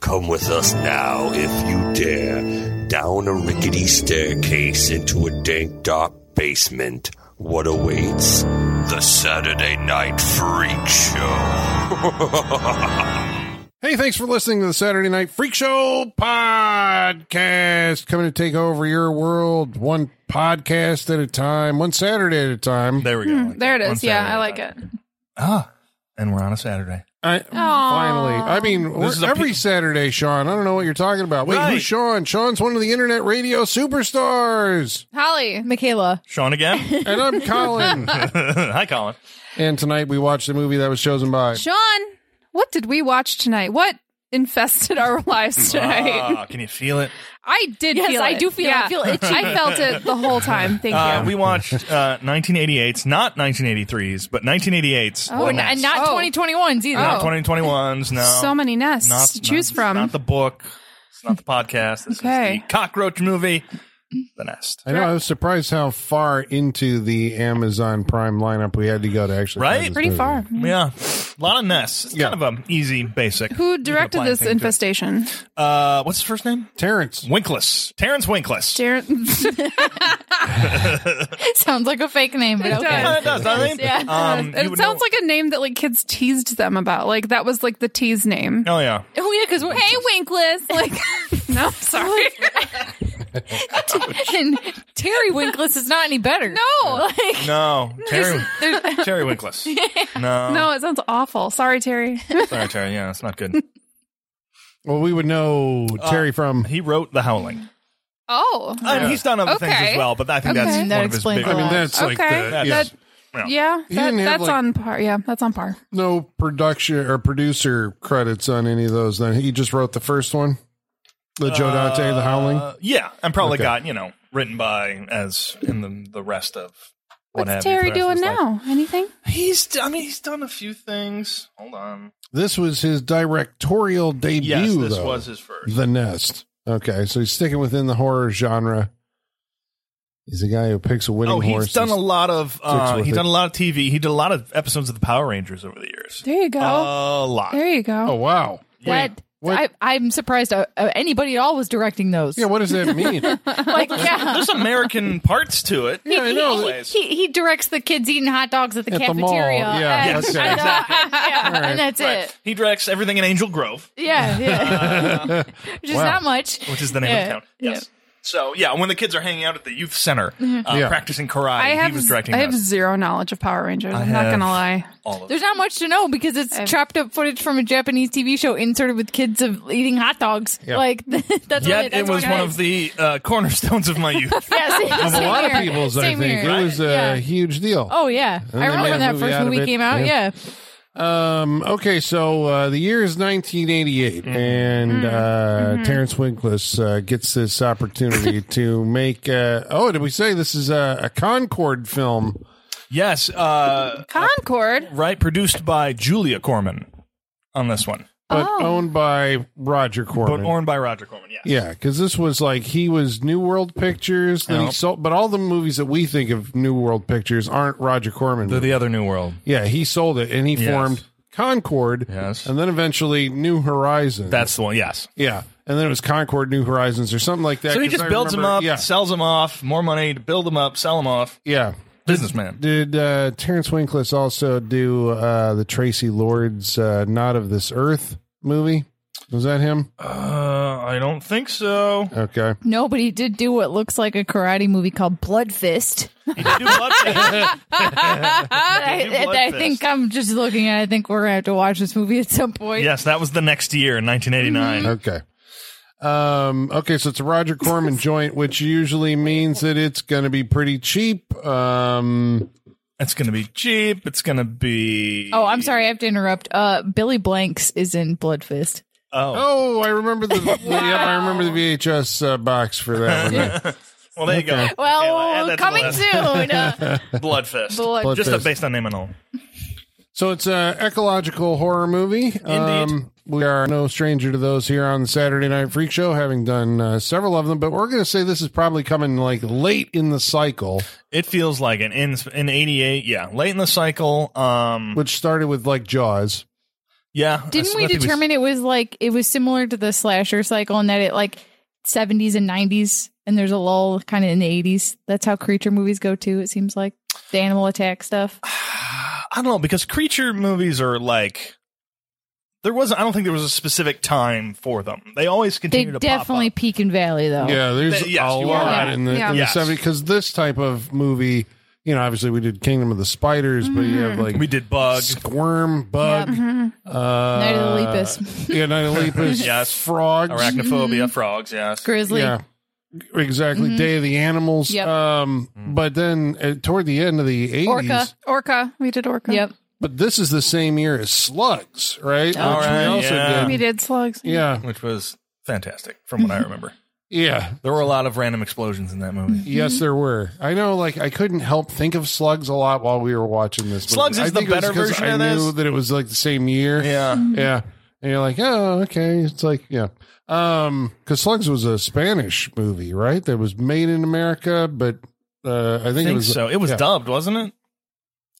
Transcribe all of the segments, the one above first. Come with us now, if you dare, down a rickety staircase into a dank, dark basement. What awaits? The Saturday Night Freak Show. Hey, thanks for listening to the Saturday Night Freak Show podcast. Coming to take over your world one podcast at a time, one Saturday at a time. There we go. Hmm, There it On is. Yeah, Saturday. I like it. Ah, and we're on a Saturday. I, finally, I mean, we're- is a every pe- Saturday, Sean. I don't know what you're talking about. Wait, Right. who's Sean? Sean's one of the internet radio superstars. Holly. Michaela. Sean again. And I'm Colin. Hi, Colin. and tonight we watched the movie that was chosen by. Sean, what did we watch tonight? What infested our lives tonight? Ah, can you feel it? I did Yes, feel I it. do feel it. I feel itchy. I felt it the whole time. Thank Uh, you. we watched uh, 1988s, not 1983s, but 1988s. Oh, and, and not Oh. 2021s either. not oh. 2021s. No, so many nests Not- to choose not- from. Not the book. It's not the podcast. This Okay. is the cockroach movie, The Nest. I know. I was surprised how far into the Amazon Prime lineup we had to go to actually. Right? find this Pretty movie. far. Yeah, a lot of nests. It's Yeah. kind of an easy basic. Mm-hmm. Who directed apply this anything to it. infestation? Uh, what's his first name? Terrence. Winkless. Terrence Winkless. Darren. Sounds like a fake name, but It okay. does. Uh, it does, doesn't it? Yeah. Um, you it would sounds know- like a name that like kids teased them about. Like that was like the tease name. Oh yeah. Oh yeah, because we're hey Winkless, like No, sorry. and Terry Winkless is not any better. no, like No, Terry. Terry Winkless. No, no, it sounds awful. Sorry, Terry. sorry, Terry. Yeah, it's not good. Well, we would know Uh, Terry from. He wrote The Howling. Oh, I mean, he's done other things as Okay. well, but I think Okay. that's That one of his explains big. a I mean, lot. that's like Okay. the. That- yeah. Oh. yeah, He that, didn't have, that's like- on par. Yeah, that's on par. no production or producer credits on any of those. Then he just wrote the first one, the Joe Dante, The Howling. Uh, yeah, and probably Okay. got you know written by as in the the rest of. What have What's you, Terry the rest of doing his life. now? Anything? He's. d- I mean, he's done a few things. Hold on. This was his directorial debut. Yes, this though. was his first. The Nest. Okay, so he's sticking within the horror genre. He's a guy who picks a winning Oh, he's horse. done a lot of. Uh, with he's it. done a lot of TV. He did a lot of episodes of the Power Rangers over the years. There you go. A lot. there you go. oh wow! that Wait, what- I, I'm surprised uh, uh, anybody at all was directing those. Yeah, what does that mean? yeah, like yeah. There's American parts to it. I know. He, he, he directs the kids eating hot dogs at the At the mall, cafeteria. yeah, and, okay. and, uh, yeah, right. and that's Right. it. He directs everything in Angel Grove, Yeah, yeah. Which is Wow. not much. which is the name of the Yeah. Mm-hmm. town. Yes. So yeah, when the kids are hanging out at the youth center uh, Yeah. practicing karate, I he have was directing. I have those. zero knowledge of Power Rangers. I I'm not have- gonna lie. all of There's not much to know because it's chopped up footage from a Japanese TV show inserted with kids of eating hot dogs. Yeah. Like Yet that's what it that's was what one is. of the uh, cornerstones of my youth. yes, Of a same lot here. of people's, I Same think here. it was a Yeah. huge deal. Oh yeah, And I they made remember a when that movie first out of movie it. came out. Yeah. Yeah, Um, okay, so uh, the year is 1988, and uh, Terrence Winkless uh, gets this opportunity to make. Uh, oh, did we say this is a, a Concord film? yes, uh, Concord. right. Produced by Julia Corman on this one, But owned by Roger but Corman. owned by Roger Corman. Yes. yeah, because this was like he was New World Pictures. Then Oh. he sold, but all the movies that we think of New World Pictures aren't Roger Corman. The, the other New World. yeah, he sold it, and he Yes. formed Concord, Yes. and then eventually New Horizons. That's the one. Yes. Yeah, and then it was Concord New Horizons or something like that. So he 'cause just I builds them remember- up, Yeah, sells them off, more money to build them up, sell them off. yeah. Businessman. Did uh, Terrence Winkless also do uh, the Tracy Lords uh, "Not of This Earth" movie? Was that him? Uh, I don't think so. Okay. no, but he did do what looks like a karate movie called Blood Fist. He did do blood test. I, do Blood I Fist. think I'm just looking at. I think we're gonna have to watch this movie at some point. yes, that was the next year in 1989. Mm-hmm. Okay. Um, okay, so it's a Roger Corman joint, which usually means that it's going to be pretty cheap. Um, It's going to be cheap. It's going to be. Oh, I'm sorry, I have to interrupt. Uh, Billy Blanks is in Blood Fist. Oh. oh, I remember the yep, I remember the VHS uh, box for that one. Well, there you go. Well, Yeah, that's coming Blood- soon. Uh, Blood Fist. Blood- Blood Just Fist. based on name and all. So it's a ecological horror movie. Indeed. we are no stranger to those here on the Saturday Night Freak Show, having done uh, several of them. But we're going to say this is probably coming like late in the cycle, It feels like an in in '88. Yeah, late in the cycle. Um, which started with like Jaws. Yeah. I Didn't we thought he was- determine it was like it was similar to the slasher cycle in that it like 70s and 90s and there's a lull kind of in the 80s. That's how creature movies go too. It seems like the animal attack stuff. I don't know because creature movies are like there was I don't think there was a specific time for them. They always They continue to definitely pop peak and valley though. Yeah, there's Th- yes, a you lot are right. in the, Yeah. in the Yes. 70s because this type of movie, you know, obviously we did Kingdom of the Spiders, but you Mm-hmm. have like up. We did bug. squirm, bug, mm-hmm. uh, Night of the Lepus. yeah, Night of the Lepus, Yes. frogs, Mm-hmm. Arachnophobia, frogs, yes. Grizzly. yeah, exactly, Day of the Animals. Yep. Um, Mm. but then uh, toward the end of the 80s, Orca. Orca. We did Orca. Yep. but this is the same year as Slugs, right? All Which right, we also yeah. did. We did slugs. Yeah, Which was fantastic from Mm-hmm. what I remember. yeah. There were a lot of random explosions in that movie. Yes, there were. I know, like I couldn't help think of Slugs a lot while we were watching this. Slugs movie. is I the think it was better 'cause version I of knew this? that it was like the same year. Yeah. yeah. And you're like, oh, okay. It's like, yeah, um, because Slugs was a Spanish movie, right? That was made in America, but uh, I think, I it think was. so. It was yeah. dubbed, wasn't it?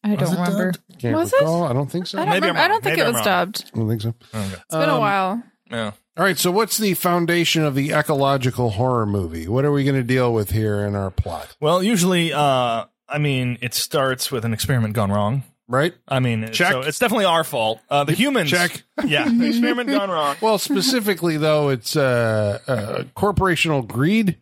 I Was don't it remember. dubbed? Can't Was it? recall. I don't think so. I I don't don't, Maybe I'm remember. I wrong. don't think Maybe it I'm was wrong. Um, dubbed. think It's so. Um, Okay. been a while. Yeah. All right. So, what's the foundation of the ecological horror movie? What are we going to deal with here in our plot? Well, usually uh I mean it starts with an experiment gone wrong. Right. I mean, Check. so it's definitely our fault. Uh, the humans. Check. Yeah. The experiment gone wrong. Well, specifically though, it's uh, uh, corporational greed.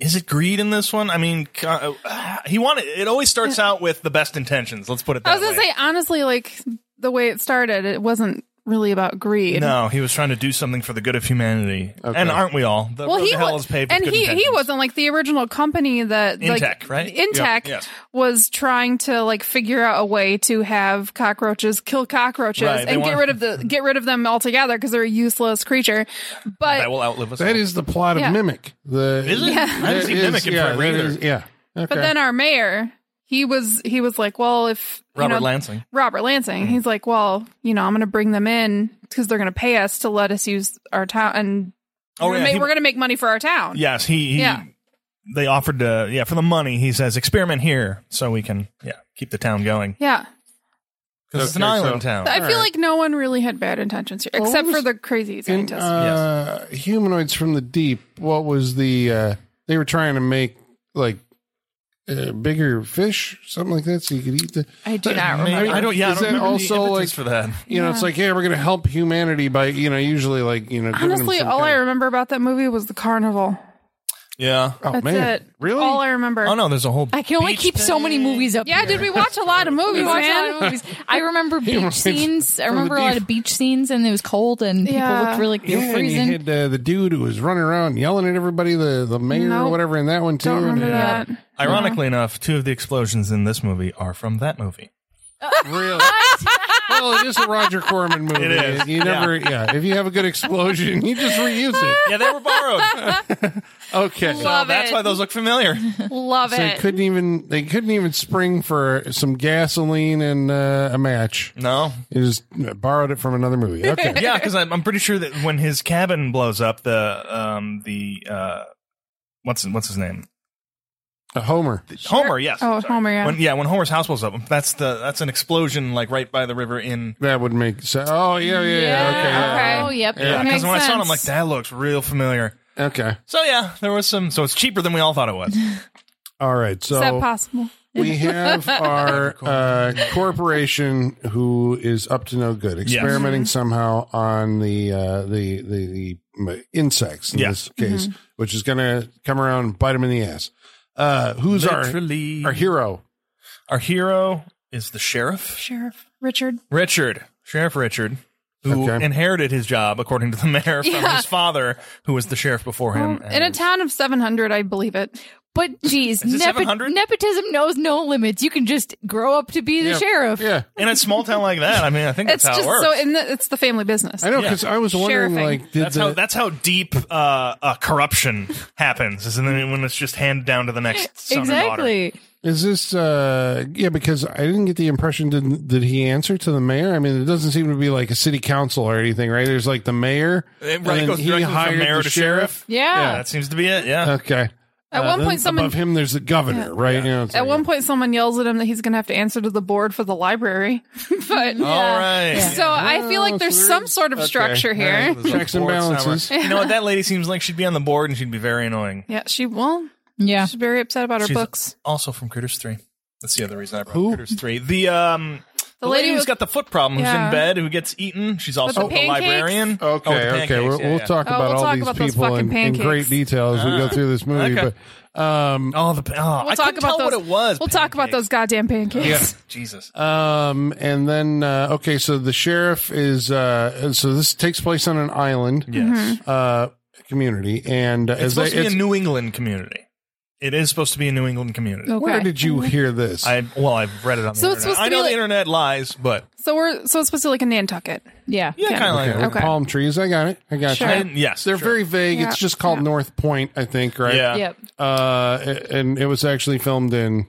Is it greed in this one? I mean, co- uh, he wanted. It always starts out with the best intentions. Let's put it. That I was gonna way. say honestly, like the way it started, it wasn't really about greed. No, he was trying to do something for the good of humanity. Okay. And aren't we all? The Well, road he to hell was, is paved with and good he he intentions. wasn't like the original company that Intech, like right? Intech Yeah. Yes. was trying to like figure out a way to have cockroaches kill cockroaches Right, they and want- get rid of the get rid of them altogether because they're a useless creature. That But will outlive us. That all. is the plot of Yeah. Mimic. The Is it? Yeah. I didn't see It is, Mimic in yeah, forever that either. is- yeah. Okay. but then our mayor, he was he was like, well, if you Robert know, Lansing. Mm-hmm. Robert Lansing. He's like, well, you know, I'm going to bring them in because they're going to pay us to let us use our town, and Oh we're, yeah. ma- he- we're going to make money for our town. yes. He. he Yeah. They offered to. Yeah. For the money, he says experiment here so we can. Yeah. Keep the town going Yeah. because it's an Okay, island so- town. I All feel right. like no one really had bad intentions here, Well, except what for was- the crazy In, scientist. uh, humanoids from the deep. What was the? Uh, they were trying to make like uh, bigger fish, something like that, so you could eat the. I do I, not mean, remember. I don't. Yeah. Is that I don't remember the also, impetus like- for that? You know, it's like, hey, we're going to help humanity by, you know, usually like, you know. giving them Honestly, some all I kind of- remember about that movie was the carnival. Yeah. Oh That's man, it. really? All I remember. Oh no, there's a whole. I can only beach keep so many thing. movies up. yeah, here. did we watch a lot of movies, We watched a man? lot of movies. I remember beach reminds scenes. I from the remember a lot beef. of beach scenes, and it was cold, and Yeah. people looked really they were Yeah, and you freezing. had uh, the dude who was running around yelling at everybody, the the mayor or Nope. whatever in that one too. Don't remember Yeah. that. Ironically enough, two of the explosions in this movie are from that movie. Really? well, it is a Roger Corman movie. It is. You never, yeah. If you have a good explosion, you just reuse it. Yeah, they were borrowed. Okay. Love so that's it. why those look familiar. Love they it. couldn't even they couldn't even spring for some gasoline and uh, a match. No. They just borrowed it from another movie. Okay. Yeah, because I'm, I'm pretty sure that when his cabin blows up, the um the uh what's what's his name A Homer. Homer. Yes. Oh, Homer, yeah. When, yeah, when Homer's house blows up, that's the that's an explosion like right by the river in. That would make sense. Oh yeah, yeah, yeah. Oh, yep. Yeah, That Because makes when I saw it, I'm like, sense. that looks real familiar. Okay. Okay. So yeah, there was some. So it's cheaper than we all thought it was. All right. So Is that possible? we have our uh, corporation who is up to no good, experimenting Mm-hmm. somehow on the uh, the the, the insects in Yeah. this case, which is going to come around and bite him in the ass. Uh, who's our Literally. our hero? Our hero is the sheriff, Sheriff Richard. Richard, Sheriff Richard, who Okay. inherited his job according to the mayor from Yeah. his father, who was the sheriff before Mm, him. In a town of 700, I believe it. But geez, Is it 700? nepotism knows no limits. You can just grow up to be the Yeah. sheriff. Yeah, in a small town like that, I mean, I think It's that's how just it works. so, and the, it's the family business. I know because I was wondering, Sheriffing. like, did that's the, how that's how deep uh, uh, corruption happens, is then when it's just handed down to the next son and daughter. exactly. Is this uh yeah because I didn't get the impression did did he answer to the mayor? I mean it doesn't seem to be like a city council or anything, right? There's like the mayor It and really then goes directly from mayor to sheriff. Yeah. That seems to be it. Yeah, Okay. Uh, At one then point, someone- above him, there's the governor, right? You know, it's At like- one point, someone yells at him that he's going to have to answer to the board for the library. but All right. Yeah. so I feel Oh, like there's so some there- sort of okay. structure All here. right. Checks and balances. You know what? That lady seems like she'd be on the board and she'd be very annoying. Yeah, she well, Yeah. she's very upset about her She's- books. Also from Critters 3. That's the other reason I brought Who? Critters 3. The um the, The lady, lady who's with- got the foot problem, who's Yeah. in bed, who gets eaten. She's also the the, pancakes? librarian. Oh, with the Okay, okay. pancakes. We'll, Yeah, we'll yeah. talk Oh, about we'll all talk these about those people in, fucking in great pancakes. detail as we go through this movie. okay. But um, Oh, the oh, We'll I talk couldn't about tell those. what it was. We'll talk about those pancakes. goddamn pancakes. Jesus. um, and then uh, okay, so the sheriff is uh, so this takes place on an island Yes. uh community, and uh, It's as they, supposed to be it's- a New England community. It is supposed to be a New England community. Okay. where did you hear this? I well, I've read it on the So it's internet. supposed to I be know like- the internet lies, but So we're so it's supposed to be like a Nantucket. Yeah. yeah, Yeah. kind of okay, like with that. Okay. palm trees. I got it. I got Sure. you. I didn't- yes, They're sure. very vague. Yeah, It's just called yeah. North Point, I think, right? Yeah. Yep. Uh, and it was actually filmed in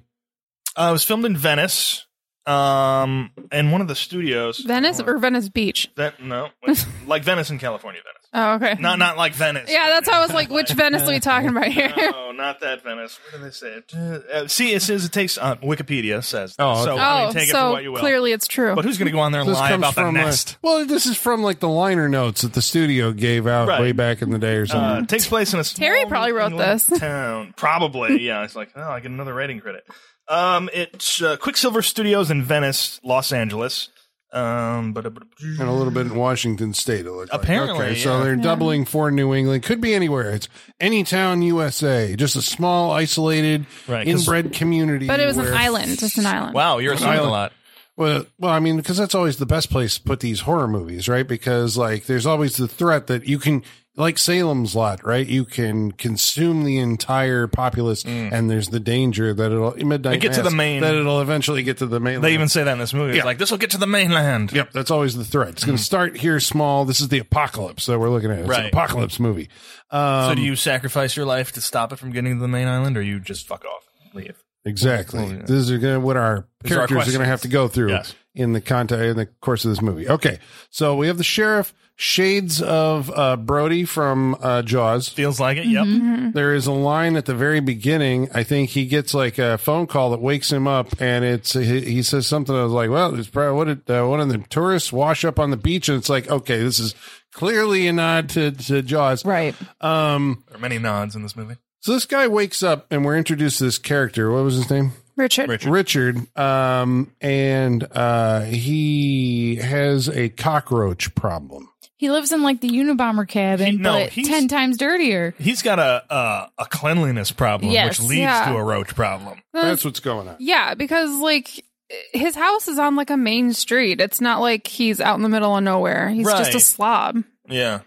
Uh, it was filmed in Venice, um, and one of the studios. Venice or Venice Beach? Ven- no, wait, like Venice in California, Venice. Oh, okay. Not not like Venice. yeah, that's how I was like, which Venice are we talking about here? No, not that Venice. What did they say? Uh, see, it says it takes. Uh, Wikipedia says. Oh, okay. so I oh, mean, take it for so what you will. clearly it's true. But who's going to go on there and lie about the from uh, nest? well, this is from like the liner notes that the studio gave out Right. way back in the day or Uh, something. it takes place in a small Terry probably New wrote England this. town. Probably, yeah. It's like, oh, I get another writing credit. Um, it's uh, Quicksilver Studios in Venice, Los Angeles. Um, but and a little bit in Washington State. It looked like. Apparently, okay, so yeah. they're doubling for New England. Could be anywhere. It's any town, USA. Just a small, isolated, Right, 'cause- inbred community. but it was an where- island. It's an island. wow, you're assuming a Island. lot. Well, well, I mean, because that's always the best place to put these horror movies, right? Because like, there's always the threat that you can, like Salem's Lot, right? You can consume the entire populace, and there's the danger that it'll midnight Mm. They get to Mass, the main- that it'll eventually get to the main. They even say that in this movie. It's Yeah. like this will get to the mainland. Yep, that's always the threat. It's going to start here small. This is the apocalypse that we're looking at. It's an Mm. Right. apocalypse movie. Um, so do you sacrifice your life to stop it from getting to the main island, or you just fuck off, leave? Exactly. Well, Oh, yeah. This is gonna, what our These are our characters are going to questions. have to go through Yes. in the content in the course of this movie. Okay, so we have the sheriff, shades of uh, Brody from uh, Jaws. Feels like it. Yep. Mm-hmm. There is a line at the very beginning. I think he gets like a phone call that wakes him up, and it's he, he says something. I was like, "Well, it's probably what did uh, one of the tourists wash up on the beach?" And it's like, "Okay, this is clearly a nod to, to Jaws." Right. Um, There are many nods in this movie. so this guy wakes up, and we're introduced to this character. What was his name? Richard. Richard. Richard, um, and uh, he has a cockroach problem. He lives in like the Unabomber cabin, He- no, but he's- ten times dirtier. He's got a a, a cleanliness problem, Yes. which leads Yeah. to a roach problem. That's what's going on. Yeah, because like his house is on like a main street. It's not like he's out in the middle of nowhere. He's just a Right. slob. Yeah.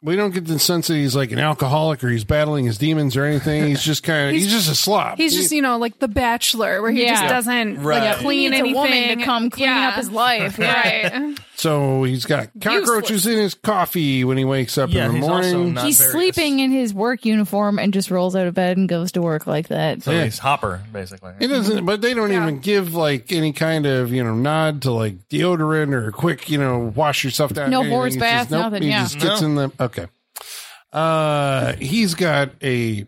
We don't get the sense that he's like an alcoholic or he's battling his demons or anything. He's just kind of he's, He's- just a slob. He's just, He- you know, like the bachelor where he Yeah. just doesn't Right. like He clean He needs anything. a woman to come clean Yeah. up his life. Right. so he's got cockroaches Useless. in his coffee when he wakes up Yeah, in the he's morning. also not- He's very- sleeping in his work uniform and just rolls out of bed and goes to work like that. So Yeah. he's Hopper, basically. it doesn't, but they don't Yeah. even give like any kind of you know nod to like deodorant or quick you know wash yourself down. No anything. Boar's He's bath, just, nope. nothing, He yeah. just gets in the okay. Uh, he's got a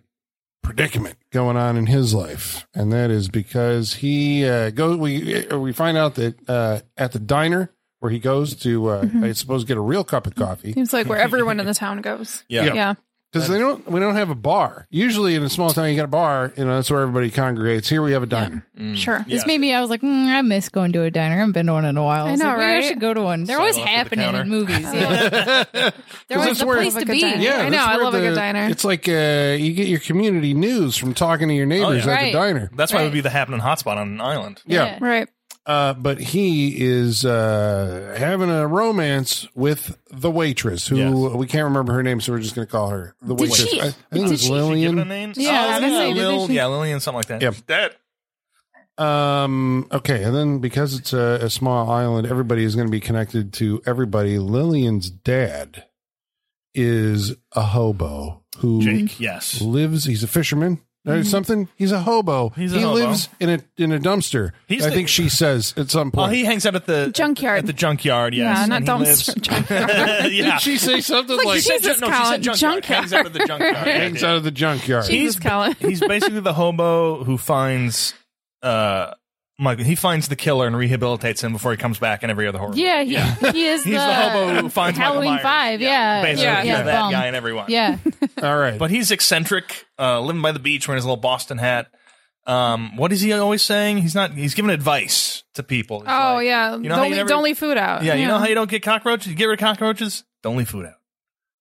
predicament going on in his life, and that is because he uh, go we uh, we find out that uh, at the diner where he goes to, uh, Mm-hmm. I suppose, get a real cup of coffee Seems like where everyone in the town goes. Yeah. Yeah. Yeah. because they don't we don't have a bar. Usually in a small town, you got a bar, you know that's where everybody congregates. Here we have a diner. Mm. Sure. This made me. I was like, mm, I miss going to a diner. I haven't been to one in a while. I was know, like, maybe right? I should go to one. They're Settle always up at the happening counter. in movies. Yeah. They're always that's the where- place Love a to good be. diner. I that's know, I where love a good the- diner. It's like uh, you get your community news from talking to your Oh, neighbors yeah. at the Right. diner. That's why it would Right. be the happening hotspot on an island. Yeah. Right. Uh, but he is uh, having a romance with the waitress, who Yes. we can't remember her name, so we're just going to call her the Did waitress. she- I, I think it did was she- Did she give it a Lillian. name? Yeah, I was gonna yeah, say, did Lil- she- yeah, Lillian, something like that. Yeah. She's dead. Um, okay, and then because it's a, a small island, everybody is going to be connected to everybody. Lillian's dad is a hobo who Jake, yes. lives. He's a fisherman. or something. He's a hobo. Mm-hmm. He's a he hobo. lives in a in a dumpster. He's I the- think she says at some Oh, point. he hangs out at the Junkyard. At the junkyard, yes. yeah, not and he lives- dumpster. junkyard. yeah. Did she say something Like, like, said she- ju- Jesus, no, she said Colin, junkyard. Hangs out at the junkyard. Yeah, hangs yeah. out of the junkyard? She- Jesus, he's Colin. he's basically the hobo who finds uh Michael. He finds the killer and rehabilitates him before he comes back in every other horror. Yeah, he, he is He's the, hobo who finds Michael Halloween Myers. Five. Yeah, Basically, yeah, yeah, that bum. guy and everyone. Yeah. All right, But he's eccentric, uh, living by the beach, wearing his little Boston hat. Um, what is he always saying? He's not. He's giving advice to people. He's oh like, yeah, You know how don't, you leave, never- don't leave food out. Yeah, you know how you don't get cockroaches? You get rid of cockroaches, don't leave food out.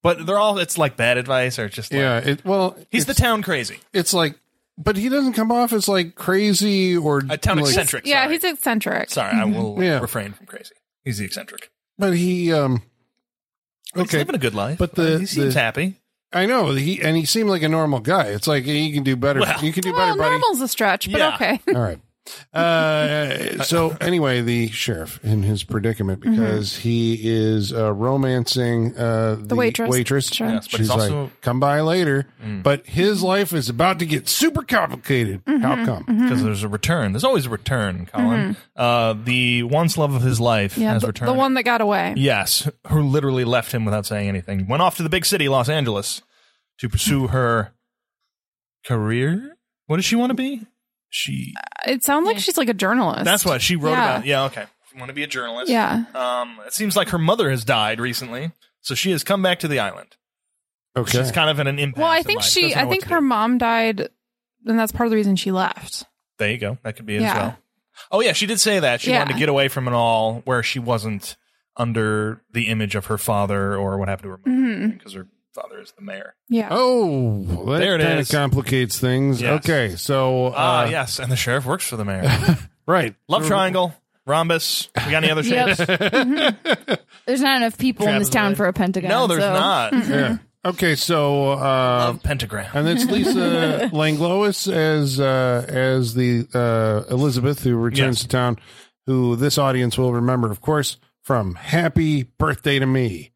But they're all it's like bad advice or it's just like, yeah. It, well, he's the it's, town crazy. it's like, but he doesn't come off as like crazy or A town like, eccentric. yeah, sorry. he's eccentric. sorry, I will Mm-hmm. Yeah. refrain from crazy. He's the eccentric. But he, um, But He's okay, living a good life. But the- he seems the- happy. I know he, and he seemed like a normal guy. It's like he can do better. Well- you can do better, Well, buddy. normal's a stretch, but Yeah. okay. All right. Uh, so anyway, the sheriff in his predicament Mm-hmm. because he is uh, romancing uh, the, waitress. Sure. Yes, but She's he's also like, "Come by later," Mm. but his life is about to get super complicated. Mm-hmm, How come? because there's a return. There's always a return, Colin. Uh, the once love of his life Mm-hmm. Yeah, has the, returned. the one that got away. Yes, who literally left him without saying anything. Went off to the big city, Los Angeles, to pursue her career. What does she want to be? She It sounds like she's like a journalist. That's what she wrote Yeah. about. Yeah, okay. Want to be a journalist? Yeah. Um, it seems like her mother has died recently, so she has come back to the island. Okay. She's kind of in an impasse. Well, I in think life. she. Doesn't know I what think to her do. mom died, and that's part of the reason she left. There you go. That could be it as Yeah. well. Oh yeah, she did say that she wanted Yeah. to get away from it all, where she wasn't under the image of her father or what happened to her mother, Mm-hmm. because her father is the mayor. Yeah. Oh, that There it kinda is. complicates things. Yes. Okay, so uh, Ah, yes, and the sheriff works for the mayor. right, Love triangle, rhombus. We got any other Yep. shapes? There's not enough people in this Trapezoid. town for a pentagon. No, there's so- not. Yeah. Okay, so uh, Love pentagram. and it's Lisa Langlois as uh, as the uh, Elizabeth who returns Yes. to town, who this audience will remember, of course, from "Happy Birthday to Me."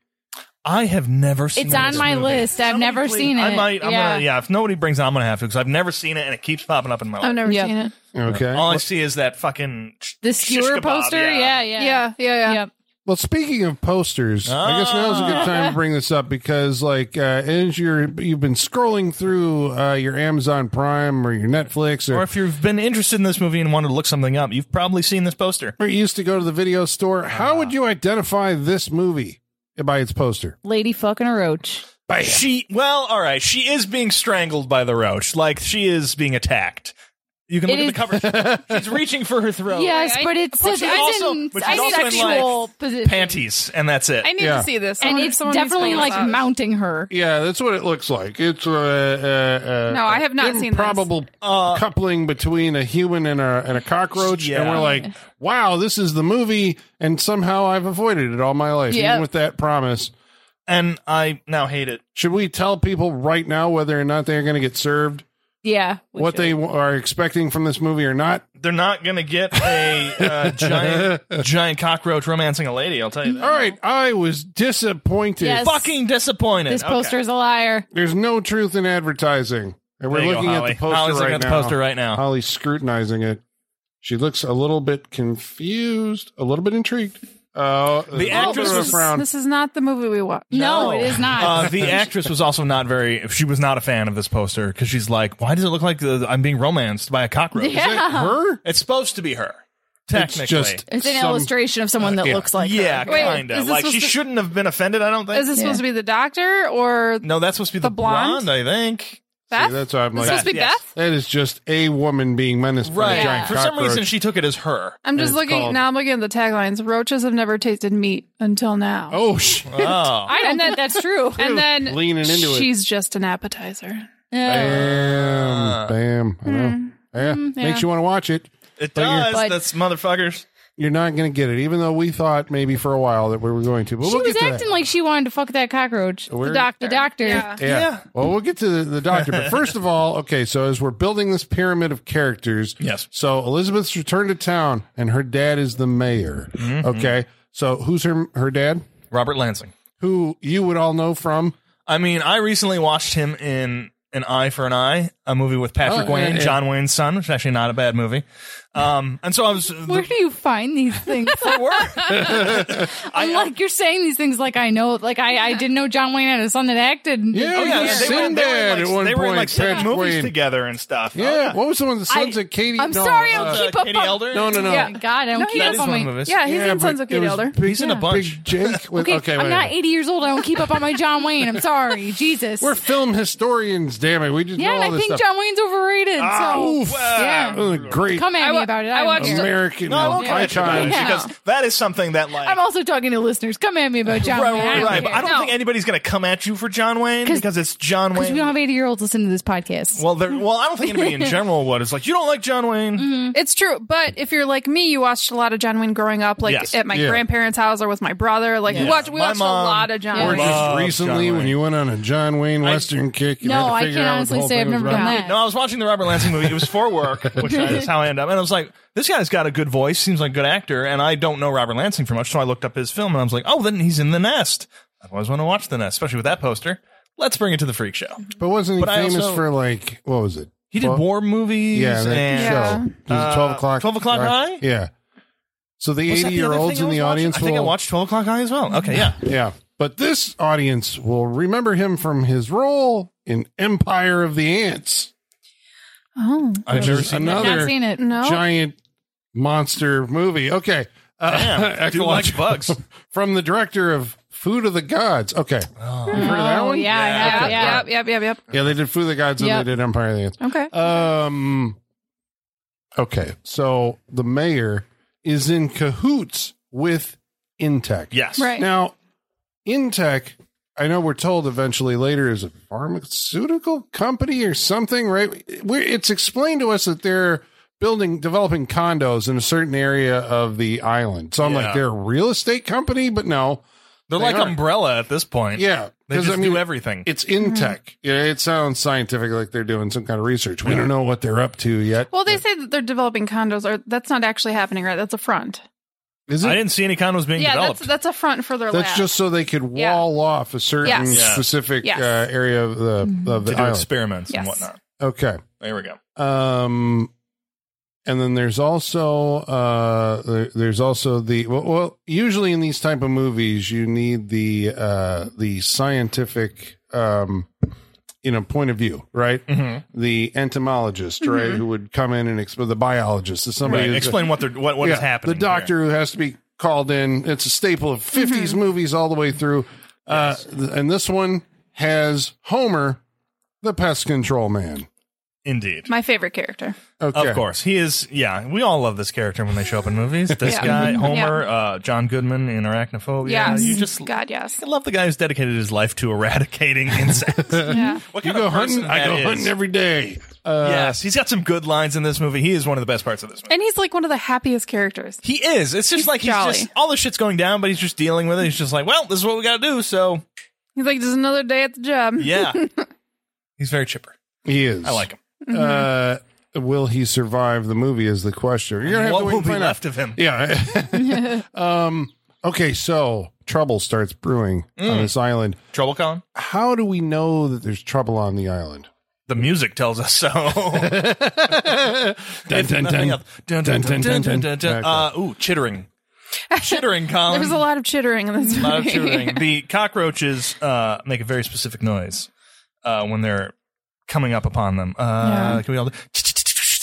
I have never seen. It's on this my movie. list. I've Somebody never please- seen it. I might. I'm yeah. Gonna, yeah. If nobody brings it, I'm gonna have to because I've never seen it and it keeps popping up in my life. I've never Yeah. seen it. Okay. All I see is that fucking sh- The shish skewer kebab, poster. Yeah, Yeah. Yeah. yeah, yeah. Yep. Well, speaking of posters, I Ah. guess now's a good time to bring this up because, like, uh, as you're you've been scrolling through uh, your Amazon Prime or your Netflix Or or if you've been interested in this movie and wanted to look something up, you've probably seen this poster. or you used to go to the video store, Ah. how would you identify this movie by its poster? Lady fucking a roach. She, well, all right, she is being strangled by the roach. Like she is being attacked. You can look It at the cover. She's reaching for her throat. yes, I- but it's but such she's it's also- in but I she's also in, like, sexual position. Panties, and that's it. I need Yeah. to see this. and Someone- it's someone needs to definitely pull like this up. mounting her. Yeah, that's what it looks like. It's uh, uh, uh, No, I have not seen this. improbable Uh, coupling between a human and a and a cockroach, Yeah. and we're like, wow, this is the movie, and somehow I've avoided it all my life, Yeah. even with that promise. and I now hate it. Should we tell people right now whether or not they're going to get served, Yeah. we what should. they w- are expecting from this movie or not? They're not gonna get a uh, giant giant cockroach romancing a lady. I'll tell you that. All right, I was disappointed. Yes. Fucking disappointed. This Okay. poster is a liar. There's no truth in advertising, and we're There you go, looking at Holly. the poster Holly's right looking at now. the poster right now. Holly's scrutinizing it. She looks a little bit confused, a little bit intrigued. Uh, The a little bit actress of a was- frown. This is not the movie we watched. No, it is not. Uh, the actress was also not very. She was not a fan of this poster because she's like, "Why does it look like uh, I'm being romanced by a cockroach?" Yeah. Is it her? It's supposed to be It's her. Technically, just it's an some- illustration of someone that yeah. looks like uh, yeah, her. Wait, kind is of. this Like she supposed to- shouldn't have been offended. I don't think. Is this supposed Yeah. to be the doctor or no, that's supposed to be the, The blonde? I think. Beth? that's why I'm This like- supposed to be Beth, yes. Beth. That is just a woman being menaced by a Right. giant For some cockroach. reason, she took it as her. I'm just It's looking called- now. I'm looking at the taglines. Roaches have never tasted meat until now. oh, shit. Oh, I don't think that's true. and then leaning into it. she's just an appetizer. Yeah. Uh. Bam. Bam. I know. Hmm. Yeah. Makes you want to watch it. it you're- does. But- that's motherfuckers. You're not going to get it, even though we thought maybe for a while that we were going to. But she we'll was get to acting that. like she wanted to fuck that cockroach. We're- The doctor. The doctor. Yeah. Yeah. Yeah. Well, we'll get to the, the doctor, but first of all, okay. So as we're building this pyramid of characters, Yes. So Elizabeth's returned to town, and her dad is the mayor. Mm-hmm. Okay. So who's her her dad? Robert Lansing. Who you would all know from? I mean, I recently watched him in an Eye for an Eye, a movie with Patrick Oh, yeah, Wayne, yeah. John Wayne's son, which is actually not a bad movie. Um, and so I was Where do you find these things? I'm like you're saying these things like I know. Like I, I didn't know John Wayne had a son that acted. and- Yeah, Oh, yeah, yeah, they were- Sinbad they were in, like, at one they point. were in like seven Patrick movies Wayne. together and stuff. Yeah. Uh, what was the one? The Sons I- of Katie. I'm no, sorry, I'll uh, keep up Katie on- Elder. No, no, no. Yeah, God, I don't No, he keep that up is on one my. of his. Yeah, he's in but Sons of it Kate was Elder. Big, He's in a yeah, bunch. Big Jake. With, Okay, okay, I'm wait. not 80 years old. I don't keep up on my John Wayne. I'm sorry, Jesus. We're film historians, damn it. We just yeah, know all and I this think stuff. Ah, John Wayne's overrated. so Oof. yeah, Oh, great come at I me wa- about it. I I, watched- watched. American No, I won't icon. catch about it Yeah. because that is something that like I'm also talking to listeners. Come at me about John right, Wayne. right, right. But I don't No. think anybody's going to come at you for John Wayne 'Cause- because it's John because Wayne. we don't have 80 year olds listening to this podcast. well, there. Well, I don't think anybody in general would. It's like you don't like John Wayne. Mm-hmm. It's true, but if you're like me, you watched a lot of John Wayne growing up, like Yes. at my Yeah. grandparents' house or with my brother. Like we Yeah. watched, we My watched mom- a lot of John Yeah. Or Wayne. Love just recently John when you went on a John Wayne Western kick. and No, had to I figure can't out what the honestly whole say thing I've was never about. done that. No, I was watching the Robert Lansing movie. It was for work, which I- is how I end up. And I was like, this guy's got a good voice, seems like a good actor, and I don't know Robert Lansing for much, so I looked up his film and I was like, oh, then he's in The Nest. I always want to watch The Nest, especially with that poster. Let's bring it to the freak show. But wasn't he But I famous also- for like what was it? He did Well, war movies. Yeah, that and Yeah. show. It was Uh, Twelve o'clock. 12 O'Clock High? Yeah. So the Was that other eighty-year-olds thing I in was the watching? audience I think will I watched 12 O'Clock High as well. Okay, yeah. Yeah. But this audience will remember him from his role in Empire of the Ants, Oh, I've which never is seen that. not another seen it. No, giant monster movie. Okay. Uh, Damn, dude likes ecological- bugs. From the director of Food of the Gods. Okay. Oh, heard of that one? yeah, Yeah. I have, Yep, yeah. yep, yep, yep, yep. Yeah, they did Food of the Gods Yep. and they did Empire of the Ants. Okay. Um. Okay, so the mayor is in cahoots with Intech. Yes. Right. Now, Intech, I know we're told eventually later is a pharmaceutical company or something, right? We're, it's explained to us that they're building, developing condos in a certain area of the island. So I'm Yeah. like, they're a real estate company, but no, They're They like are. Umbrella at this point. yeah, They just I mean, do everything. it's Intech. Mm-hmm. Yeah, it sounds scientific, like they're doing some kind of research. We don't know what they're up to yet. Well, they say that they're developing condos, or that's not actually happening, right? That's a front. Is I didn't see any condos being yeah, developed. that's that's a front for their. That's lab. just so they could wall Yeah. off a certain Yes. Yeah. specific Yes. uh, area of the of to the do island. experiments and Yes. whatnot. Okay. There we go. Um, and then there's also uh, there, there's also the well, well, usually in these type of movies, you need the uh, the scientific um, you know point of view, right? Mm-hmm. The entomologist, right, Mm-hmm. who would come in and explain the biologist, is somebody Right. who's- Explain what they're what what is Yeah, happening. The here. doctor who has to be called in. It's a staple of 50s movies all the way through. Uh, th- and this one has Homer, the pest control man. Indeed. my favorite character. Okay. Of course. He is, yeah, we all love this character when they show up in movies. This Yeah. guy, Homer, uh, John Goodman in Arachnophobia. yes, You just God, yes. I love the guy who's dedicated his life to eradicating insects. Yeah. What You kind go of person hunting? I that go is. hunting every day. Uh, yes, he's got some good lines in this movie. He is one of the best parts of this movie. And he's like one of the happiest characters. He is. It's just He's like he's jolly. just all the shit's going down, but he's just dealing with it. He's just like, well, this is what we got to do. So He's like, just another day at the job. yeah, he's very chipper. He is. I like him. Uh, will he survive the movie is the question. You're going to have What to wait will and be find out. left of him? Yeah. um, okay, so trouble starts brewing on this island. Trouble, Colin. How do we know that there's trouble on the island? The music tells us so. Dun, dun, Nothing dun. else. Dun, dun, dun, dun, dun, dun, dun. Okay. Uh, ooh, chittering, chittering, Colin. There was a lot of chittering in this movie. um, A lot of chewing. The cockroaches uh, make a very specific noise uh, when they're coming up upon them. Uh, Can we all do?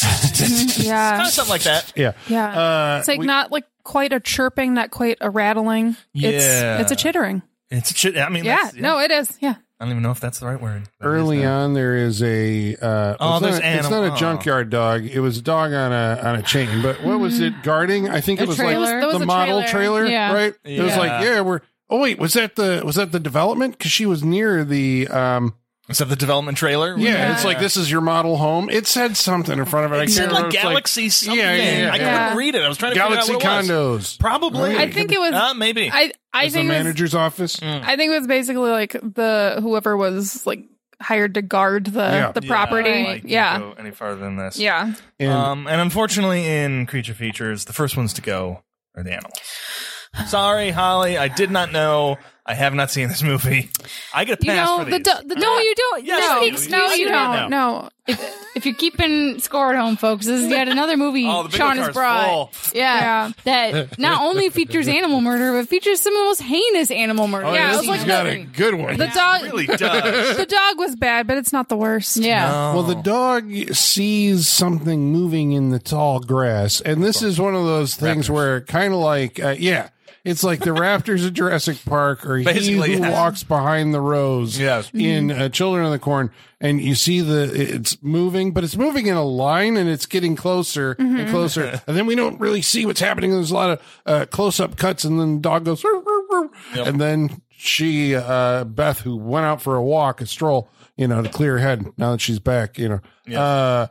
Kind yeah. of something like that. Yeah. Yeah. Uh, it's like we- not like quite a chirping, not quite a rattling. Yeah. It's it's a chittering. It's a chit. I mean, Yeah. that's- No, it is. Yeah. I don't even know if that's the right word. But it is early now. on there is a uh, Oh, it's, there's not, a- it's animal- not oh. a junkyard dog it was a dog on a on a chain but what was it guarding i think A it was trailer. like That was the a model trailer. trailer, Yeah. right it was like Yeah. yeah we're oh wait was that the was that the development because she was near the um Is that the development trailer? yeah, it's like this is your model home it said something in front of it, I It said can't like remember. It's Galaxy something. Yeah, yeah, yeah, I couldn't yeah. read it. I was trying to galaxy figure out what it was. condos Probably. I think it was. Uh, maybe. I I Is the think it was, manager's office Mm. I think it was basically like the whoever was like hired to guard the Yeah. the Yeah, property. I can't yeah. Go any farther than this? Yeah. and um, and unfortunately, in creature features, the first ones to go are the animals. Sorry, Holly, I did not know. I have not seen this movie. I get a You pass know for the, these. du- the no, you don't. Yes, no, you you, do. No, Yes, you you don't. do. No. If you're keeping score at home, folks, this is yet another movie Oh, the bingo Sean has card's brought. Yeah, Yeah. that not only features animal murder, but features some of the most heinous animal murder. Oh, Yeah, yeah, I this was has like, got the- a good one. the dog. really does. The dog was bad, but it's not the worst. Yeah, Well, Oh. the dog sees something moving in the tall grass, and this is one of those things where kind of like, uh, yeah, it's like the raptors of Jurassic Park, or Basically, he who yes. walks behind the rose Yes. in uh, Children of the Corn, and you see the it's moving, but it's moving in a line, and it's getting closer Mm-hmm. and closer, and then we don't really see what's happening. There's a lot of uh, close up cuts, and then the dog goes, "Roo, roo, roo," and then she, uh, Beth, who went out for a walk, a stroll, you know, to clear her head. Now that she's back, you know, uh,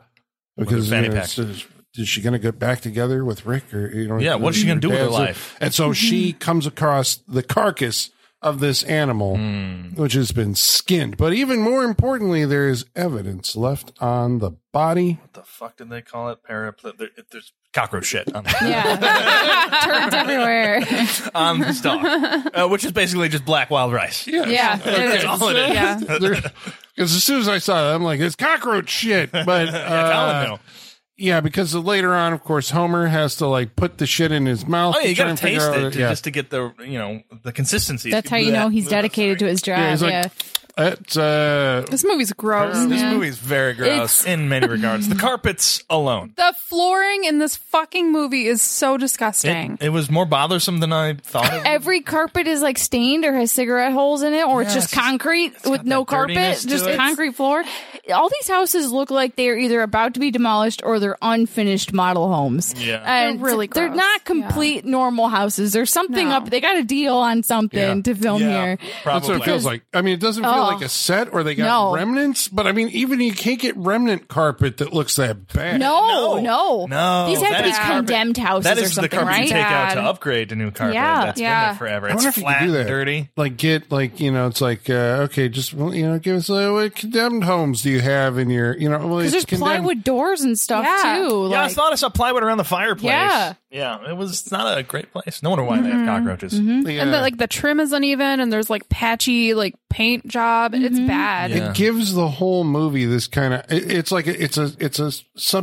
because you fanny know, it's- pack. it's- is she going to get back together with Rick or you know? Yeah, what's she gonna do with her dad's- life? And so she comes across the carcass of this animal, Hmm. which has been skinned. But even more importantly, there is evidence left on the body. what the fuck did they call it? Paraplet. There, it- there's cockroach shit on, yeah, turns everywhere. on Um, this dog, uh, which is basically just black wild rice. Yeah, That's all it is. Yeah. Because as soon as I saw that, I'm like, it's cockroach shit. But Colin, uh, no. yeah, because later on, of course, Homer has to like put the shit in his mouth. Oh, yeah, to you try gotta and figure taste out it whether- to, yeah. just to get the you know the consistency. That's how you know he's Bleh. dedicated to his Yeah, job. he's like, Yeah, It's, uh, This movie's gross. This Yeah. movie is very gross It's- in many regards. The carpets alone. The flooring in this fucking movie is so disgusting. It, it was more bothersome than I thought. It would. every carpet is like stained or has cigarette holes in it, or it's Yeah, just it's just- concrete with got no that carpet, dirtiness to just it. concrete floor. All these houses look like they are either about to be demolished or they're unfinished model homes. Yeah. and They're really they're gross. not complete normal houses. There's something No. up. They got a deal on something Yeah. to film yeah, here. That's what probably. it feels like. I mean, it doesn't feel Oh. like a set or they got No. remnants, but I mean, even you can't get remnant carpet that looks that bad. No, no, No. No. These have That to be is carpet. condemned houses That or is the something, carpet right? you take out to Bad. upgrade to new carpet. Yeah. That's Yeah. been there forever. I wonder if It's you flat could do and that. dirty. Like, get, like, you know, it's like, uh, okay, just, well, you know, give us, uh, what condemned homes do you have in your, you know, well, Because it's there's condemned- plywood doors and stuff Yeah. too. Yeah, I like- thought I saw plywood around the fireplace. Yeah. Mm-hmm. Yeah, it was not a great place. No wonder why they have cockroaches. Yeah. And the, like the trim is uneven, and there's like patchy like paint job. It's Mm-hmm. bad. Yeah. it gives the whole movie this kind of, it, it's like, a, it's a, it's a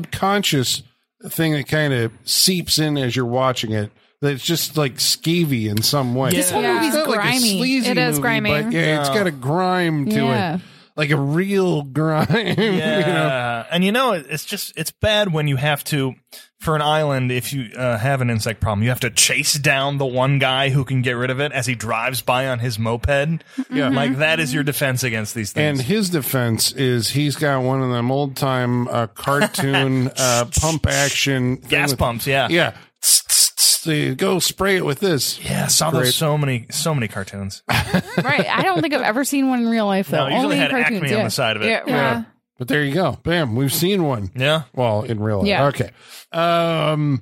subconscious thing that kind of seeps in as you're watching it. That it's just like skeevy in some way. This whole Yeah. movie's It's not like a grimy. sleazy It is movie, grimy. But yeah, it's got a grime to Yeah. it. Like a real grime. Yeah, you know? and you know it- it's just it's bad when you have to for an island if you uh, have an insect problem you have to chase down the one guy who can get rid of it as he drives by on his moped. Yeah. Mm-hmm. like that is your defense against these And things. his defense is he's got one of them old time uh, cartoon uh, pump action thing Gas with- pumps, yeah. Yeah. Tss, tss, tss, they go spray it with this. yeah, I saw Great. those so many so many cartoons. Right. I don't think I've ever seen one in real life No, though. it usually Only in had cartoons. Acme yeah. on the side of it. Yeah. Yeah. right. But there you go. Bam. We've seen one. Yeah. Well, in real life. Yeah. Okay. Um,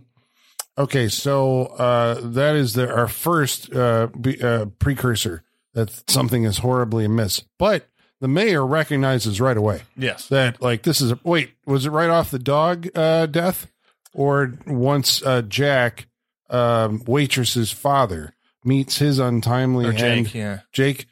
okay. So uh, that is the, our first uh, be, uh, precursor that something is horribly amiss. But the mayor recognizes right away. Yes. that like this is a wait was it right off the dog uh death or once uh jack um waitress's father meets his untimely Or end Jake, yeah. jake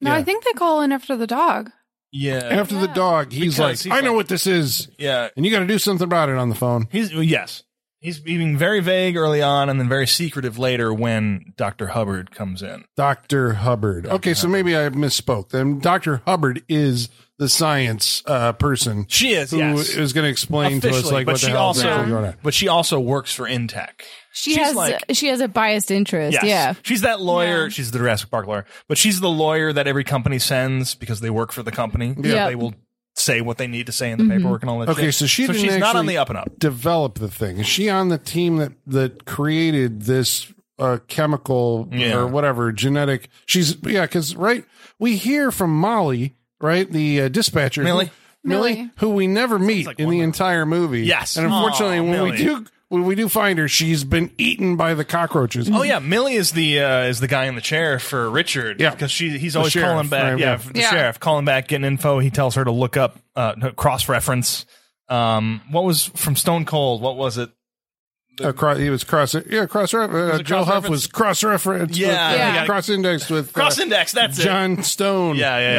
No, Yeah. I think they call in after the dog. Yeah. after the dog he's Because he's like i know like- what this is Yeah. and you got to do something about it on the phone He's well, yes. He's being very vague early on and then very secretive later when Dr. Hubbard comes in. dr hubbard okay so maybe i misspoke then dr hubbard is the science uh person She is, who yes. going to explain to us Officially, like but what the she hell is also actually going on but she also works for Intech. She She's has like- she has a biased interest. Yes. Yeah. She's that lawyer. She's the Jurassic Park lawyer, but she's the lawyer that every company sends because they work for the company. Yeah. They will say what they need to say in Mm-hmm. the paperwork and all that Okay, shit. so she didn't she's not on actually- the up and up. develop the thing? Is she on the team that that created this uh, chemical Yeah. or whatever genetic? She's yeah, because right, we hear from Molly, right, the uh, dispatcher, Millie. Millie, Millie. who we never meet in the entire movie. Yes. and unfortunately, Aw, when we Millie. do when we do find her, she's been eaten by the cockroaches. Oh yeah, Millie is the uh, is the guy in the chair for Richard. Yeah. because she he's always sheriff, calling back. right, yeah, yeah. the Yeah. sheriff calling back, getting info. He tells her to look up uh, cross reference. Um, what was from Stone Cold? What was it? across. He was cross. Yeah, cross. Uh, it Joe Huff cross-referenced? was cross referenced. Yeah, with, Yeah. cross indexed with uh, Cross index. That's it. John Stone. Yeah, yeah,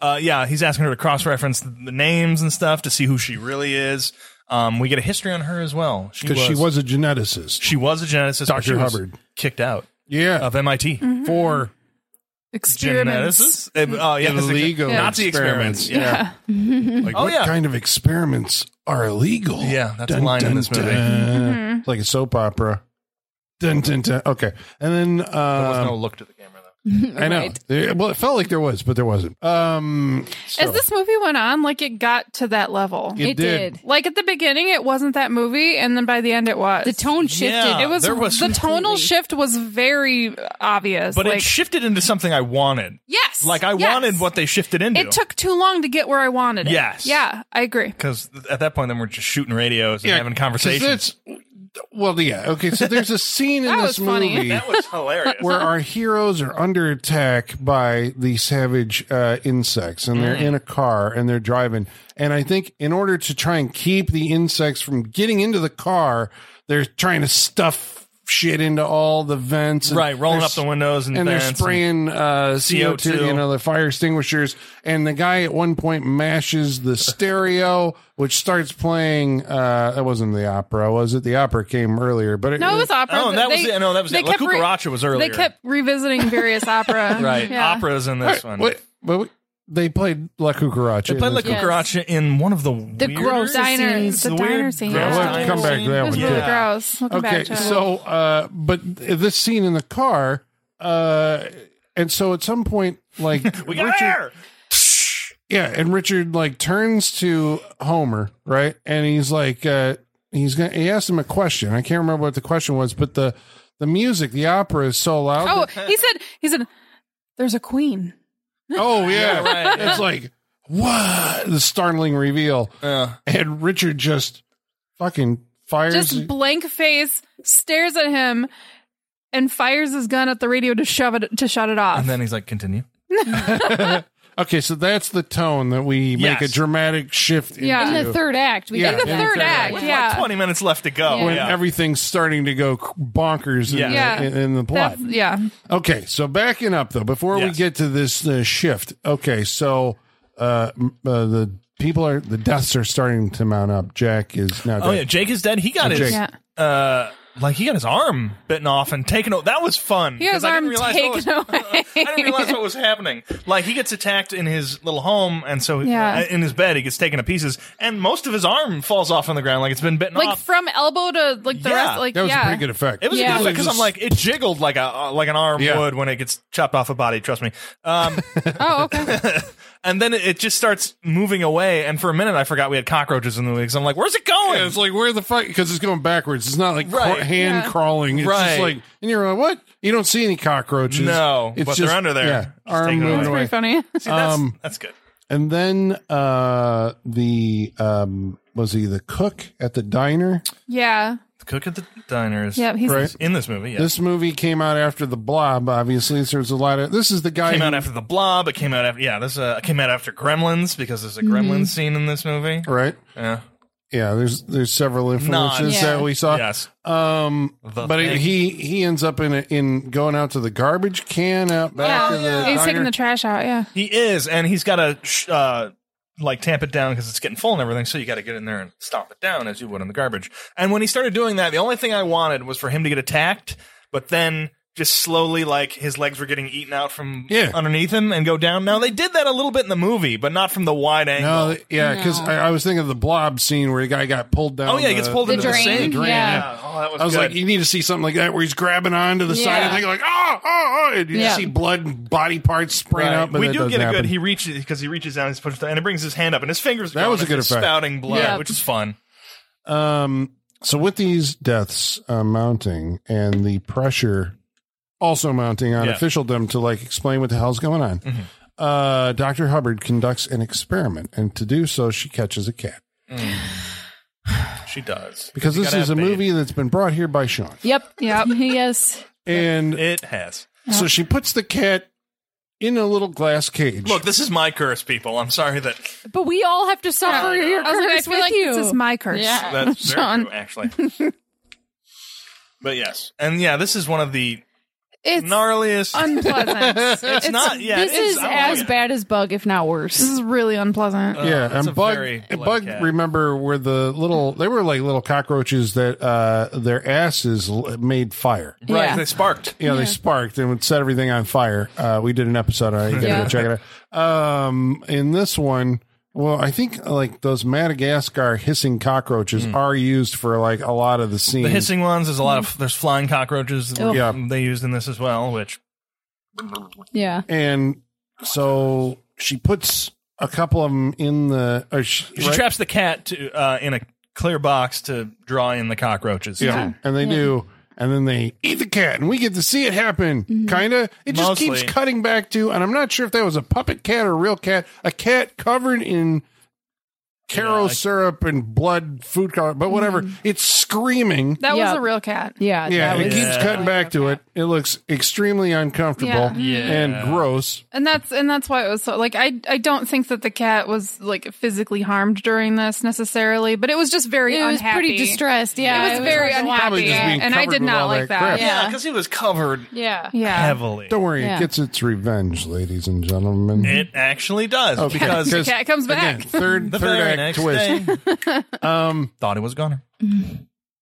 yeah. Uh, yeah, he's asking her to cross reference the names and stuff to see who she really is. Um, we get a history on her as well. because she was a geneticist. she was a geneticist. but Dr. she was Hubbard. kicked out Yeah, of MIT for Experiments. geneticists. Uh, Oh yeah, that's illegal exa- Nazi experiments. experiments. Yeah, Yeah. like Oh, what yeah. kind of experiments are illegal? Yeah, that's a line in this movie. dun. It's like a soap opera. Dun, dun, dun. Okay, and then there was um, no look to the camera though. I know. Right. There- well, it felt like there was, but there wasn't. Um, so- As this movie went on, like it got to that level. It It, did. did. like at the beginning, it wasn't that movie, and then by the end, it was. The tone shifted. Yeah. it was, Uh, there was- the tonal Completely. shift was very obvious. But like, it shifted into something I wanted. yes, Like I yes. wanted what they shifted into. It took too long to get where I wanted it. Yes. Yeah, I agree. because at that point, then we're just shooting radios and having 'cause conversations. it's- Well, yeah. Okay, so there's a scene in That this was funny. movie That was hilarious. where our heroes are under attack by the savage uh, insects, and Mm. they're in a car and they're driving. And I think in order to try and keep the insects from getting into the car, they're trying to stuff shit into all the vents. And right, rolling they're up the windows and, and they're vents spraying uh, CO2, CO2. you know, the fire extinguishers. And the guy at one point mashes the stereo, which starts playing. Uh, that wasn't the opera, was it? The opera came earlier, but it, No, it was opera. Oh, that was They- it. No, that was they it. La kept Cucaracha was earlier. They kept revisiting various opera. right. Yeah. Operas in this one. Wait, but we- they played La Cucaracha. They played La in this- Yes. Cucaracha in one of the The gross Diner, scenes. the, the diner weird scene. gross Yeah, we'll Yeah. diner come back to that It was one, really too. gross. Looking Okay, back to it. so uh, but this scene in the car, uh, and so at some point, like We got Richard- air. Yeah, and Richard like turns to Homer, right? And he's like uh he's gonna he asked him a question. I can't remember what the question was, but the the music, the opera is so loud. oh, he said, he said, "There's a queen." that- oh yeah. right, yeah. It's like what the startling reveal. Yeah. And Richard just fucking fires Just blank face stares at him and fires his gun at the radio to shove it to shut it off. And then he's like, continue. Okay, so that's the tone that we Yes. make a dramatic shift Yeah. In into. the third act. We Yeah. got In the that. third act, With yeah. Like 20 minutes left to go. When when yeah. everything's starting to go bonkers in, Yeah. the- Yeah. in, in the plot. That's, yeah. Okay, so backing up though, before we Yes. get to this uh, shift, okay, so uh, m- uh, the people are the deaths are starting to mount up. Jack is now. oh, dead. yeah. Jake is dead. He got Oh, his. Jake. Uh, like he got his arm bitten off and taken over. That was fun. He had 'cause his I arm didn't realize what taken was- away. I didn't realize what was happening. Like he gets attacked in his little home, and so Yeah. uh, in his bed he gets taken to pieces, and most of his arm falls off on the ground like it's been bitten Like off. from elbow to like the Yeah. rest. Like that was yeah. a pretty good effect. It was Yeah. yeah. because Just- I'm like it jiggled like a uh, like an arm Yeah. would when it gets chopped off a body. Trust me. Um, Oh, okay. and then it, it just starts moving away. And for a minute, I forgot we had cockroaches in the league. So I'm like, where's it going? Yeah, it's like where the fuck because it's going backwards. It's not like cr- Right. hand Yeah. crawling. It's just Right. like and you're like what? You don't see any cockroaches. No, it's but they're under there. Just Yeah, arm taking it moving away. away. pretty funny. See, that's, um, that's good. And then uh, the um, was he the cook at the diner? Yeah. The cook at the diner is Yep. He's Right. in this movie. Yeah. This movie came out after the Blob, obviously. So there's a lot of this is the guy came who out after the blob it came out after yeah this uh it came out after gremlins because there's a gremlin scene in this movie right? yeah Yeah, there's there's several influences Nods. that we saw. yes Um, The but thing. he he ends up in a, in going out to the garbage can out back. yeah. of the He's diner. taking the trash out. Yeah. he is and he's got to sh- uh like tamp it down because it's getting full and everything so you got to get in there and stomp it down as you would in the garbage and when he started doing that the only thing i wanted was for him to get attacked but then just slowly like his legs were getting eaten out from Yeah. underneath him and go down now they did that a little bit in the movie but not from the wide angle no, yeah, because No. I, I was thinking of the blob scene where the guy got pulled down. oh yeah he gets the- pulled the into drain, the sink drain, yeah. oh that was, I was good. like, you need to see something like that where he's grabbing onto the side and Yeah. thing, like, oh, oh, oh, and you Yeah. see blood and body parts spraying Right. out. But we that do doesn't get a happen. good. He reaches because he reaches down, he's pushed down, and it brings his hand up, and his fingers. That go, was a and good it's effect. Spouting blood, Yeah. which is fun. Um, so with these deaths uh, mounting and the pressure also mounting on Yeah. Mm-hmm. officialdom to like explain what the hell's going on, uh, Dr. Hubbard conducts an experiment, and to do so, she catches a cat She does because You this gotta is a have faith. movie that's been brought here by Sean, Yep. Yep. yes. and It has. so she puts the cat in a little glass cage. Look, this is my curse, people. I'm sorry that But we all have to I suffer your was like, I curse feel with like you. this is my curse. Yeah. that's very Sean. true, actually. But yes, and yeah, this is one of the It's gnarliest. unpleasant. it's, not. Yeah, this it is, is I'm as like- bad as bug, if not worse. this is really unpleasant. Uh, yeah, it's a and bug. very and blood bug. cat. Remember where the little they were like little cockroaches that uh, their asses l- made fire. Right, Yeah. they sparked. You know, they sparked and would set everything on fire. Uh, we did an episode on it. You gotta Yeah. go check it out. Um, in this one, well, I think like those Madagascar hissing cockroaches are used for like a lot of the scenes. Hmm. The hissing ones. There's a lot of there's flying cockroaches. that Oh. were- Mm. Yeah. they used in this as well. Which Yeah. and so she puts a couple of them in the. Or she, she right? traps the cat to, uh, in a clear box to draw in the cockroaches. Yeah. And they do. And then they eat the cat, and we get to see it happen. Mm-hmm. Kinda. It just Mostly. keeps cutting back to, and I'm not sure if that was a puppet cat or a real cat, a cat covered in caro Yeah, like- syrup and blood food color, but whatever. It's screaming. Mm-hmm. That Yeah. was a real cat. Yeah. yeah, that it was- keeps Yeah. cutting back to it. It looks extremely uncomfortable Yeah. Mm-hmm. and gross. And that's and that's why it was so like I I don't think that the cat was like physically harmed during this necessarily, but it was just very It was unhappy. pretty distressed. Yeah. It was very like a lot. unhappy, Probably just being and I covered did with not all like that that. crap. yeah, because he was covered Yeah. Yeah, heavily. Don't worry, Yeah. it gets its revenge, ladies and gentlemen. It actually does Okay. because the cat comes Again, back. third the third very act next twist. day Um thought it was gone.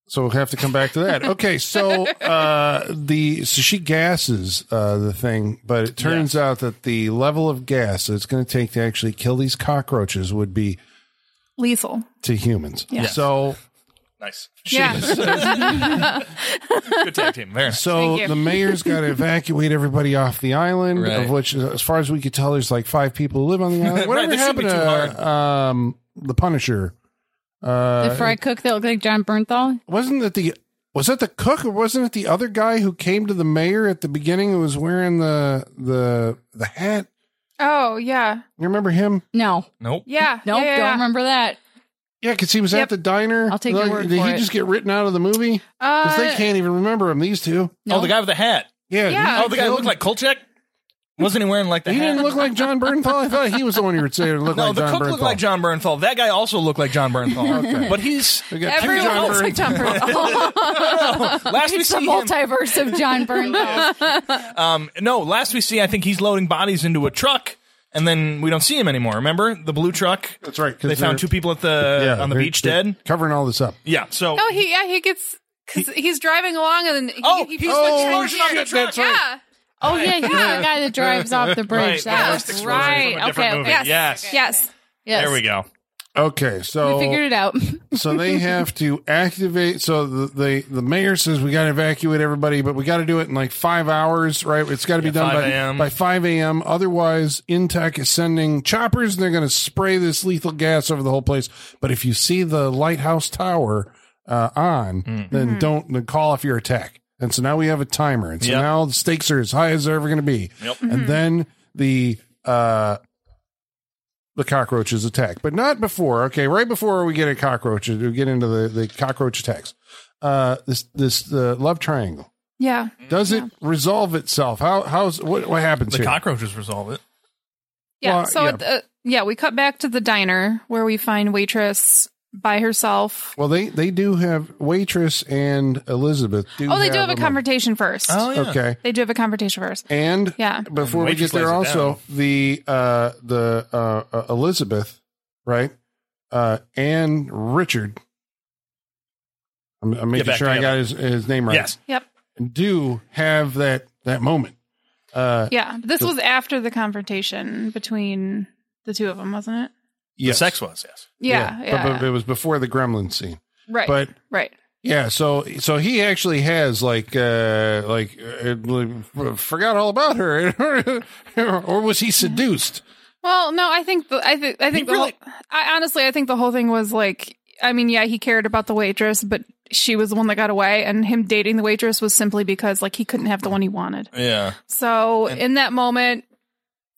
So we'll have to come back to that. Okay, so uh, the so she gasses uh, the thing, but it turns out that the level of gas that it's going to take to actually kill these cockroaches would be Lethal. to humans. Yeah. Yes. So Nice. Yeah, Good tag team. Very nice. so Thank you. the mayor's got to evacuate everybody off the island, Right. of which, as far as we could tell, there's like five people who live on the island. Right, Whatever that shouldn't happened be too to um, the Punisher? Uh, The fried cook that looked like John Bernthal. wasn't it the was that the cook or wasn't it the other guy who came to the mayor at the beginning who was wearing the the the hat? Oh yeah, You remember him? No. Nope. yeah. yeah, yeah, Nope. Don't yeah. remember that. Yeah, because he was Yep. at the diner. I'll take your word Did for he it. just get written out of the movie? Because they Uh, can't even remember him. These two. No. Oh, the guy with the hat. Yeah. Yeah. he- Oh, the guy who looked like Kolchak. Wasn't he wearing like the He hat? didn't look like John Bernthal. I thought he was the one you were saying looked no, like the John cook Bernthal. looked like John Bernthal. That guy also looked like John Bernthal. Okay. But he's We got two Everyone John looks like Bernthal. John Bernthal. last we It's the see him, multiverse of John Bernthal. um, no, last we see, I think he's loading bodies into a truck, and then we don't see him anymore. Remember the blue truck? That's right, 'cause They found they're- two people at the Yeah, on the they're- beach they're dead. Covering all this up. Yeah. So Uh, no, he yeah he gets because he's driving along and then he, oh, he, he's the oh, explosion on the shit, truck. that's right. yeah Oh yeah, he's the guy that drives off the bridge. Right, the That's worst explosion from a right. different Okay. movie. okay. yes Yes. yes Yes. There we go. Okay, so We figured it out. so they have to activate. So the the, the mayor says we got to evacuate everybody, but we got to do it in like five hours, right? It's got to be Yeah, done 5 by a.m.. by five a.m. Otherwise, Intech is sending choppers, and they're going to spray this lethal gas over the whole place. But if you see the lighthouse tower uh, on, Mm. then don't then call off your attack. And so now we have a timer, and so Yep. now the stakes are as high as they're ever going to be. Yep. And then the uh, the cockroaches attack, but not before. Okay, right before we get a cockroach, we get into the, the cockroach attacks. Uh, this this the love triangle yeah does it resolve itself? How how's what what happens The here? cockroaches resolve it. yeah Well, so yeah. yeah. Uh, yeah we cut back to the diner where we find waitress by herself well, they they do have waitress and Elizabeth. Do oh they do have a them up. confrontation first Oh, Oh, Okay, they do have a confrontation first and yeah before we Waitress get there, lays it also down. the uh the uh, uh Elizabeth, right? Uh, and Richard. I'm, I'm making back sure I together. got his, his name right. Yes. yep do have that that moment. Uh, yeah this The- was after the confrontation between the two of them wasn't it yes. The sex was yes. yeah yeah, But, but it was before the gremlin scene. right But right yeah, so so he actually has like uh like, uh, like forgot all about her, or was he seduced? Well, no, I think the, I think I think the really- whole, I honestly I think the whole thing was like I mean, yeah, he cared about the waitress, but she was the one that got away and him dating the waitress was simply because like he couldn't have the one he wanted. Yeah. So, in that moment,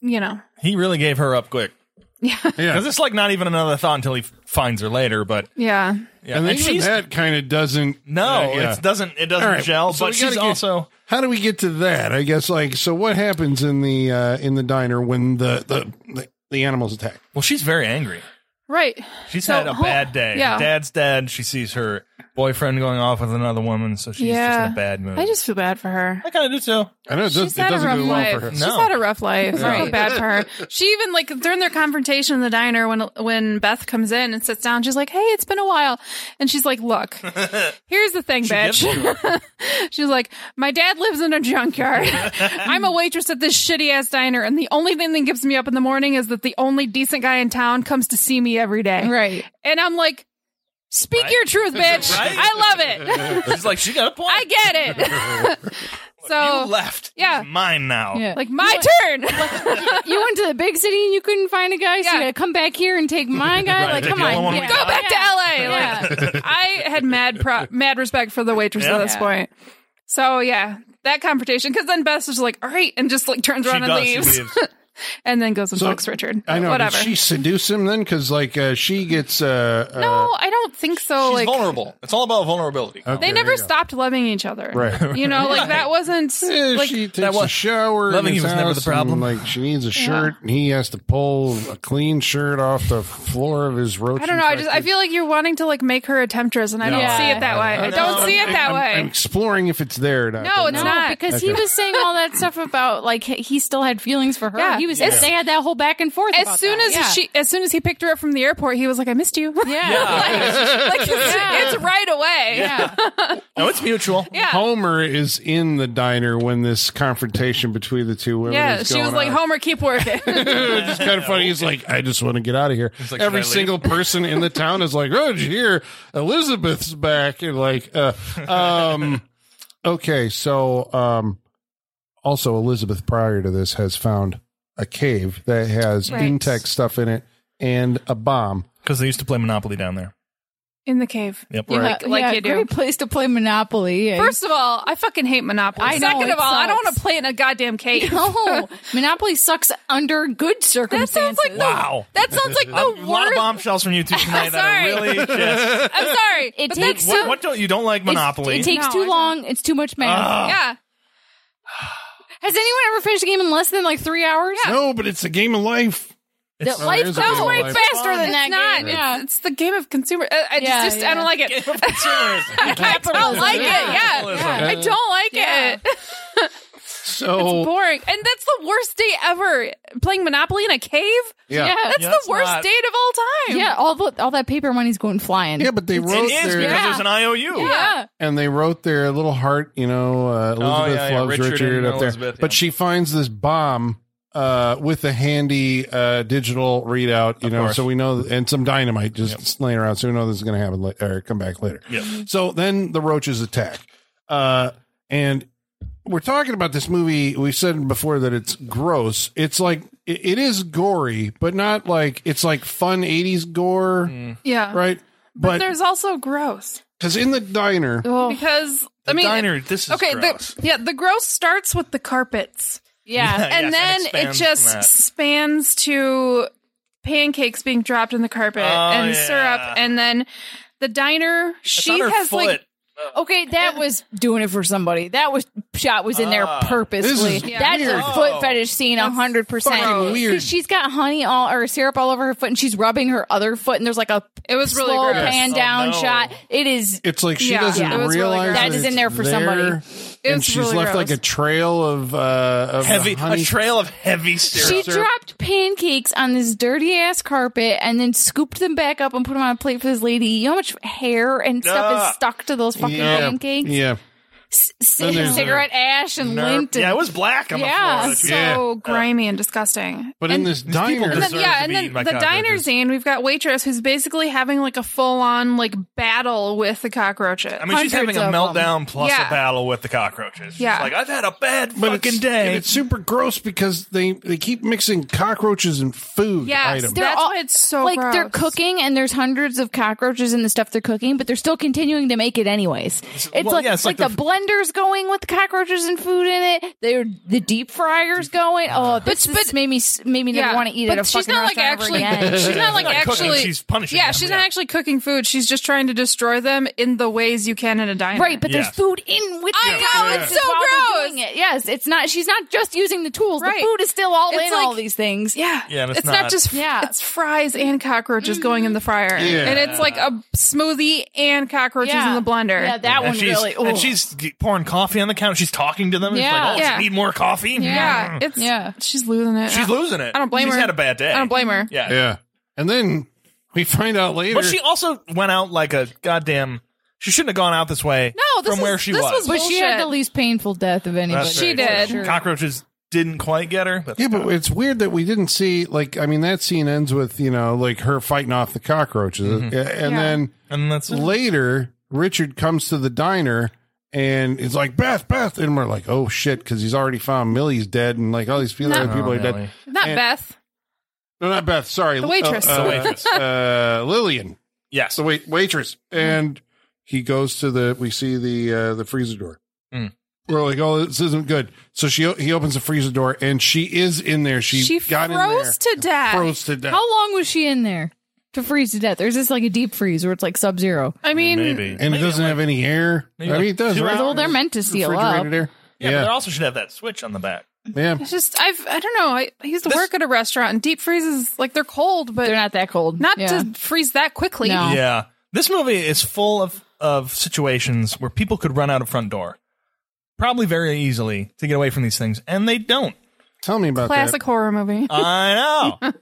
you know. He really gave her up quick. Yeah. Because it's like not even another thought until he f- finds her later. But Yeah. yeah, And, then And even she's that kind of doesn't. no, uh, yeah. it doesn't. It doesn't All right, gel. so we but she's gotta get- also How do we get to that? I guess like so. What happens in the uh in the diner when the the the, the animals attack? well. She's very angry. Right. She's So, had a hol- bad day. yeah. Her dad's dead. She sees her boyfriend going off with another woman, so she's Yeah. just in a bad mood. I just feel bad for her. I kind of do too. I know it, does, She's it had a doesn't rough do well life. for her. She's No. had a rough life. I feel Right. bad for her. She even like during their confrontation in the diner when when Beth comes in and sits down, she's like, "Hey, it's been a while," and she's like, "Look, here's the thing, gives it bitch." she's like, "My dad lives in a junkyard. I'm a waitress at this shitty ass diner, and the only thing that gives me up in the morning is that the only decent guy in town comes to see me every day." Right. And I'm like, "Speak your truth, bitch. Right? I love it. She's like, she got a point. I get it." so you left. yeah. It's mine now. Yeah. like my turn. you went to the big city and you couldn't find a guy, so Yeah. you gotta come back here and take my guy. Right, Like, take come the only on, one we yeah. got. go back to LA. Yeah. Like, I had mad pro- mad respect for the waitress Yeah. at this Yeah. point. So yeah, that confrontation. Because then Beth's just like, all right, and just like turns She around and does. She leaves, leaves. and then goes and So- fucks Richard. I know. Whatever. Did she seduce him then? Because like uh, she gets. Uh, uh, no, I don't think so. She's like vulnerable. It's all about vulnerability. okay, they there never you go. stopped loving each other. Right. You know, like that wasn't Yeah, like Eh, she that takes was- a shower. in loving his you was never house the problem. and, like she needs a shirt, and he has to pull a clean shirt off the floor of his roach. I don't know. I just I feel like you're wanting to like make her a temptress, and I don't Yeah. see it that way. I don't see it that I'm way. exploring if it's there. Or not. No, it's No, not. because he Okay. was saying all that stuff about like he- he still had feelings for her. Yeah. He was Yeah. they had that whole back and forth. As about soon that. as Yeah. she, as soon as he picked her up from the airport, he was like, "I missed you." yeah. like it's, it's right away. Yeah. No, it's mutual. Yeah. Homer is in the diner when this confrontation between the two women. Yeah, is she was going like, on. "Homer, keep working." it's kind of funny. He's like, I just want to get out of here. like, Every "Should I leave?" single person in the town is like, Oh, did you hear Elizabeth's back? And like, uh, um, okay, so um, also Elizabeth prior to this has found a cave that has Right. Intech stuff in it and a bomb. Because they used to play Monopoly down there. In the cave. Yep. Yeah. Like- like you do. Great place to play Monopoly. Yeah. First of all, I fucking hate Monopoly. I know, Second of it all, I don't want sucks. to play in a goddamn cave. no, Monopoly sucks under good That circumstances. sounds like the, Wow. That sounds like A the lot of worst. bombshells from you two tonight that are Sorry. really just. I'm sorry. It but takes that's so- What, what don't you don't like Monopoly? It, it takes No, I too don't. long. It's too much math. yeah. Has anyone ever finished a game in less than like three hours? No, Oh, but it's a game of life. It's- The life there's a goes game of way life. faster than it's that not. game. It's, Yeah. Oh it's the game of consumer. uh, I, I Yeah, just, I yeah. don't like it. Consumers. I don't like Yeah. it. Capitalism. Yeah. I don't like Yeah. it. So Boring. And that's the worst day ever. Playing Monopoly in a cave. yeah. yeah. That's Yeah, the it's worst not. date of all time. Yeah, all the all that paper money's going flying. but they It wrote is their because Yeah. there's an IOU. Yeah. and they wrote their little heart, you know, uh, Elizabeth Oh, yeah, yeah, loves Richard Richard, and up there. Elizabeth, But yeah. she finds this bomb uh, with a handy uh, digital readout, you know, course. so we know, and some dynamite just laying around, so we know this is going to happen la- or come back later. Yep. So then the roaches attack. Uh, and we're talking about this movie. We said before that it's gross. It's like, it, it is gory, but not like, it's like fun 80s gore, Mm. Yeah. right? But There's also gross. because in the diner, Oh, because I The mean, diner, this is okay, gross. the yeah, the gross starts with the carpets, yeah. and Yes, and then it expands just from that. spans to pancakes being dropped in the carpet Oh, and yeah. syrup, and then the diner. It's She on her has foot. like Okay, that was doing it for somebody. That was shot was in there Ah. purposely. This is That's her weird. foot fetish scene, a hundred fucking percent. weird. Because she's got honey all or syrup all over her foot, and she's rubbing her other foot, and there's like a It was really slow gross. pan Oh, down no. shot. It is. It's like she Yeah, doesn't yeah. It was really realize gross. that, That is it's in there for somebody. there, and was she's really left gross. like a trail of uh, of heavy, the honey. a trail of heavy syrup. She syrup. dropped pancakes on this dirty ass carpet and then scooped them back up and put them on a plate for this lady. You know how much hair and stuff Ah. is stuck to those fucking yeah, pancakes? Yeah, C- Then there's cigarette ash and Nerve- lint. And yeah, it was black on Yeah. the so floor. Yeah. grimy and disgusting. but in And- this These people diner, and then, deserve yeah, to and be then eaten by the diner cockroaches. scene, we've got waitress who's basically having like a full on like battle with the cockroaches. I mean, she's having Hundreds a of meltdown plus Yeah. a battle with the cockroaches. She's Yeah. like, I've had a bad But fucking it's, day. and it's super gross because they they keep mixing cockroaches and food Yes, items. they're- That's why it's so like they're gross. cooking and there's hundreds of cockroaches in the stuff they're cooking, but they're still continuing to make it anyways. It's well, like yeah, it's like, the, f- blender's going with the cockroaches and food in it. They're, the deep fryer's going. Oh, this, But- but, this made me s- made me never want to eat but at a she's fucking not like actually. restaurant ever again. She's not like not cooking, actually. she's punishing Yeah, them, she's yeah. not actually cooking food. She's just trying to destroy them in the ways you can in a diner. Right, but Yeah. there's food in with the I know, it's cockroaches so while they're gross. doing it. Yes, it's not. She's not just using the tools. Right. The food is still all It's in like- all these things. Yeah. Yeah, and it's it's, not, not- just Yeah. it's fries and cockroaches going in the fryer. Yeah. And it's like a smoothie and cockroaches Yeah. in the blender. Yeah, that and one she's, really. and ooh. she's g- pouring coffee on the counter. She's talking to them. Yeah. Yeah, she's like, oh, Yeah. she need more coffee. Yeah, it's Yeah. she's losing it. she's losing it. I don't blame she's her. She's had a bad day. I don't blame her. Yeah, Yeah. And then we find out later. but she also went out like a goddamn. She shouldn't have gone out this way. No, this from is- where she this was. was But she had Bullshit. the least painful death of anybody. That's She very did. true. Sure. Cockroaches didn't quite get her. But yeah, but it's weird that we didn't see, like, I mean, that scene ends with, you know, like her fighting off the cockroaches. Mm-hmm. Yeah, And Yeah. then and that's later, Richard comes to the diner and it's like, Beth, Beth. And we're like, oh shit, because he's already found Millie's dead and like all these people, Not- other people Oh, are Millie. dead. Not And- Beth. No, not Beth. Sorry. The waitress. Uh, uh, The waitress. uh, Lillian. yes. the wait waitress, and he goes to the. We see the uh, the freezer door. Mm. We're like, oh, this isn't good. So she o- he opens the freezer door, and she is in there. She, She got froze in to death. there, froze to death. How long was she in there to freeze to death? Or is this like a deep freeze where it's like sub zero? I mean, Maybe. and it doesn't have any air. I maybe mean, like it does. two right? hours. Well, they're meant to seal up. refrigerated air. Yeah, but they Yeah, also should have that switch on the back. yeah. it's just I've I don't know. I, I used to This- work at a restaurant and deep freezes like they're cold, but They're not that cold. not Yeah. to freeze that quickly. No. Yeah. This movie is full of, of situations where people could run out a front door, probably very easily to get away from these things, and they don't. Tell me about Classic horror movie. Oh, I know.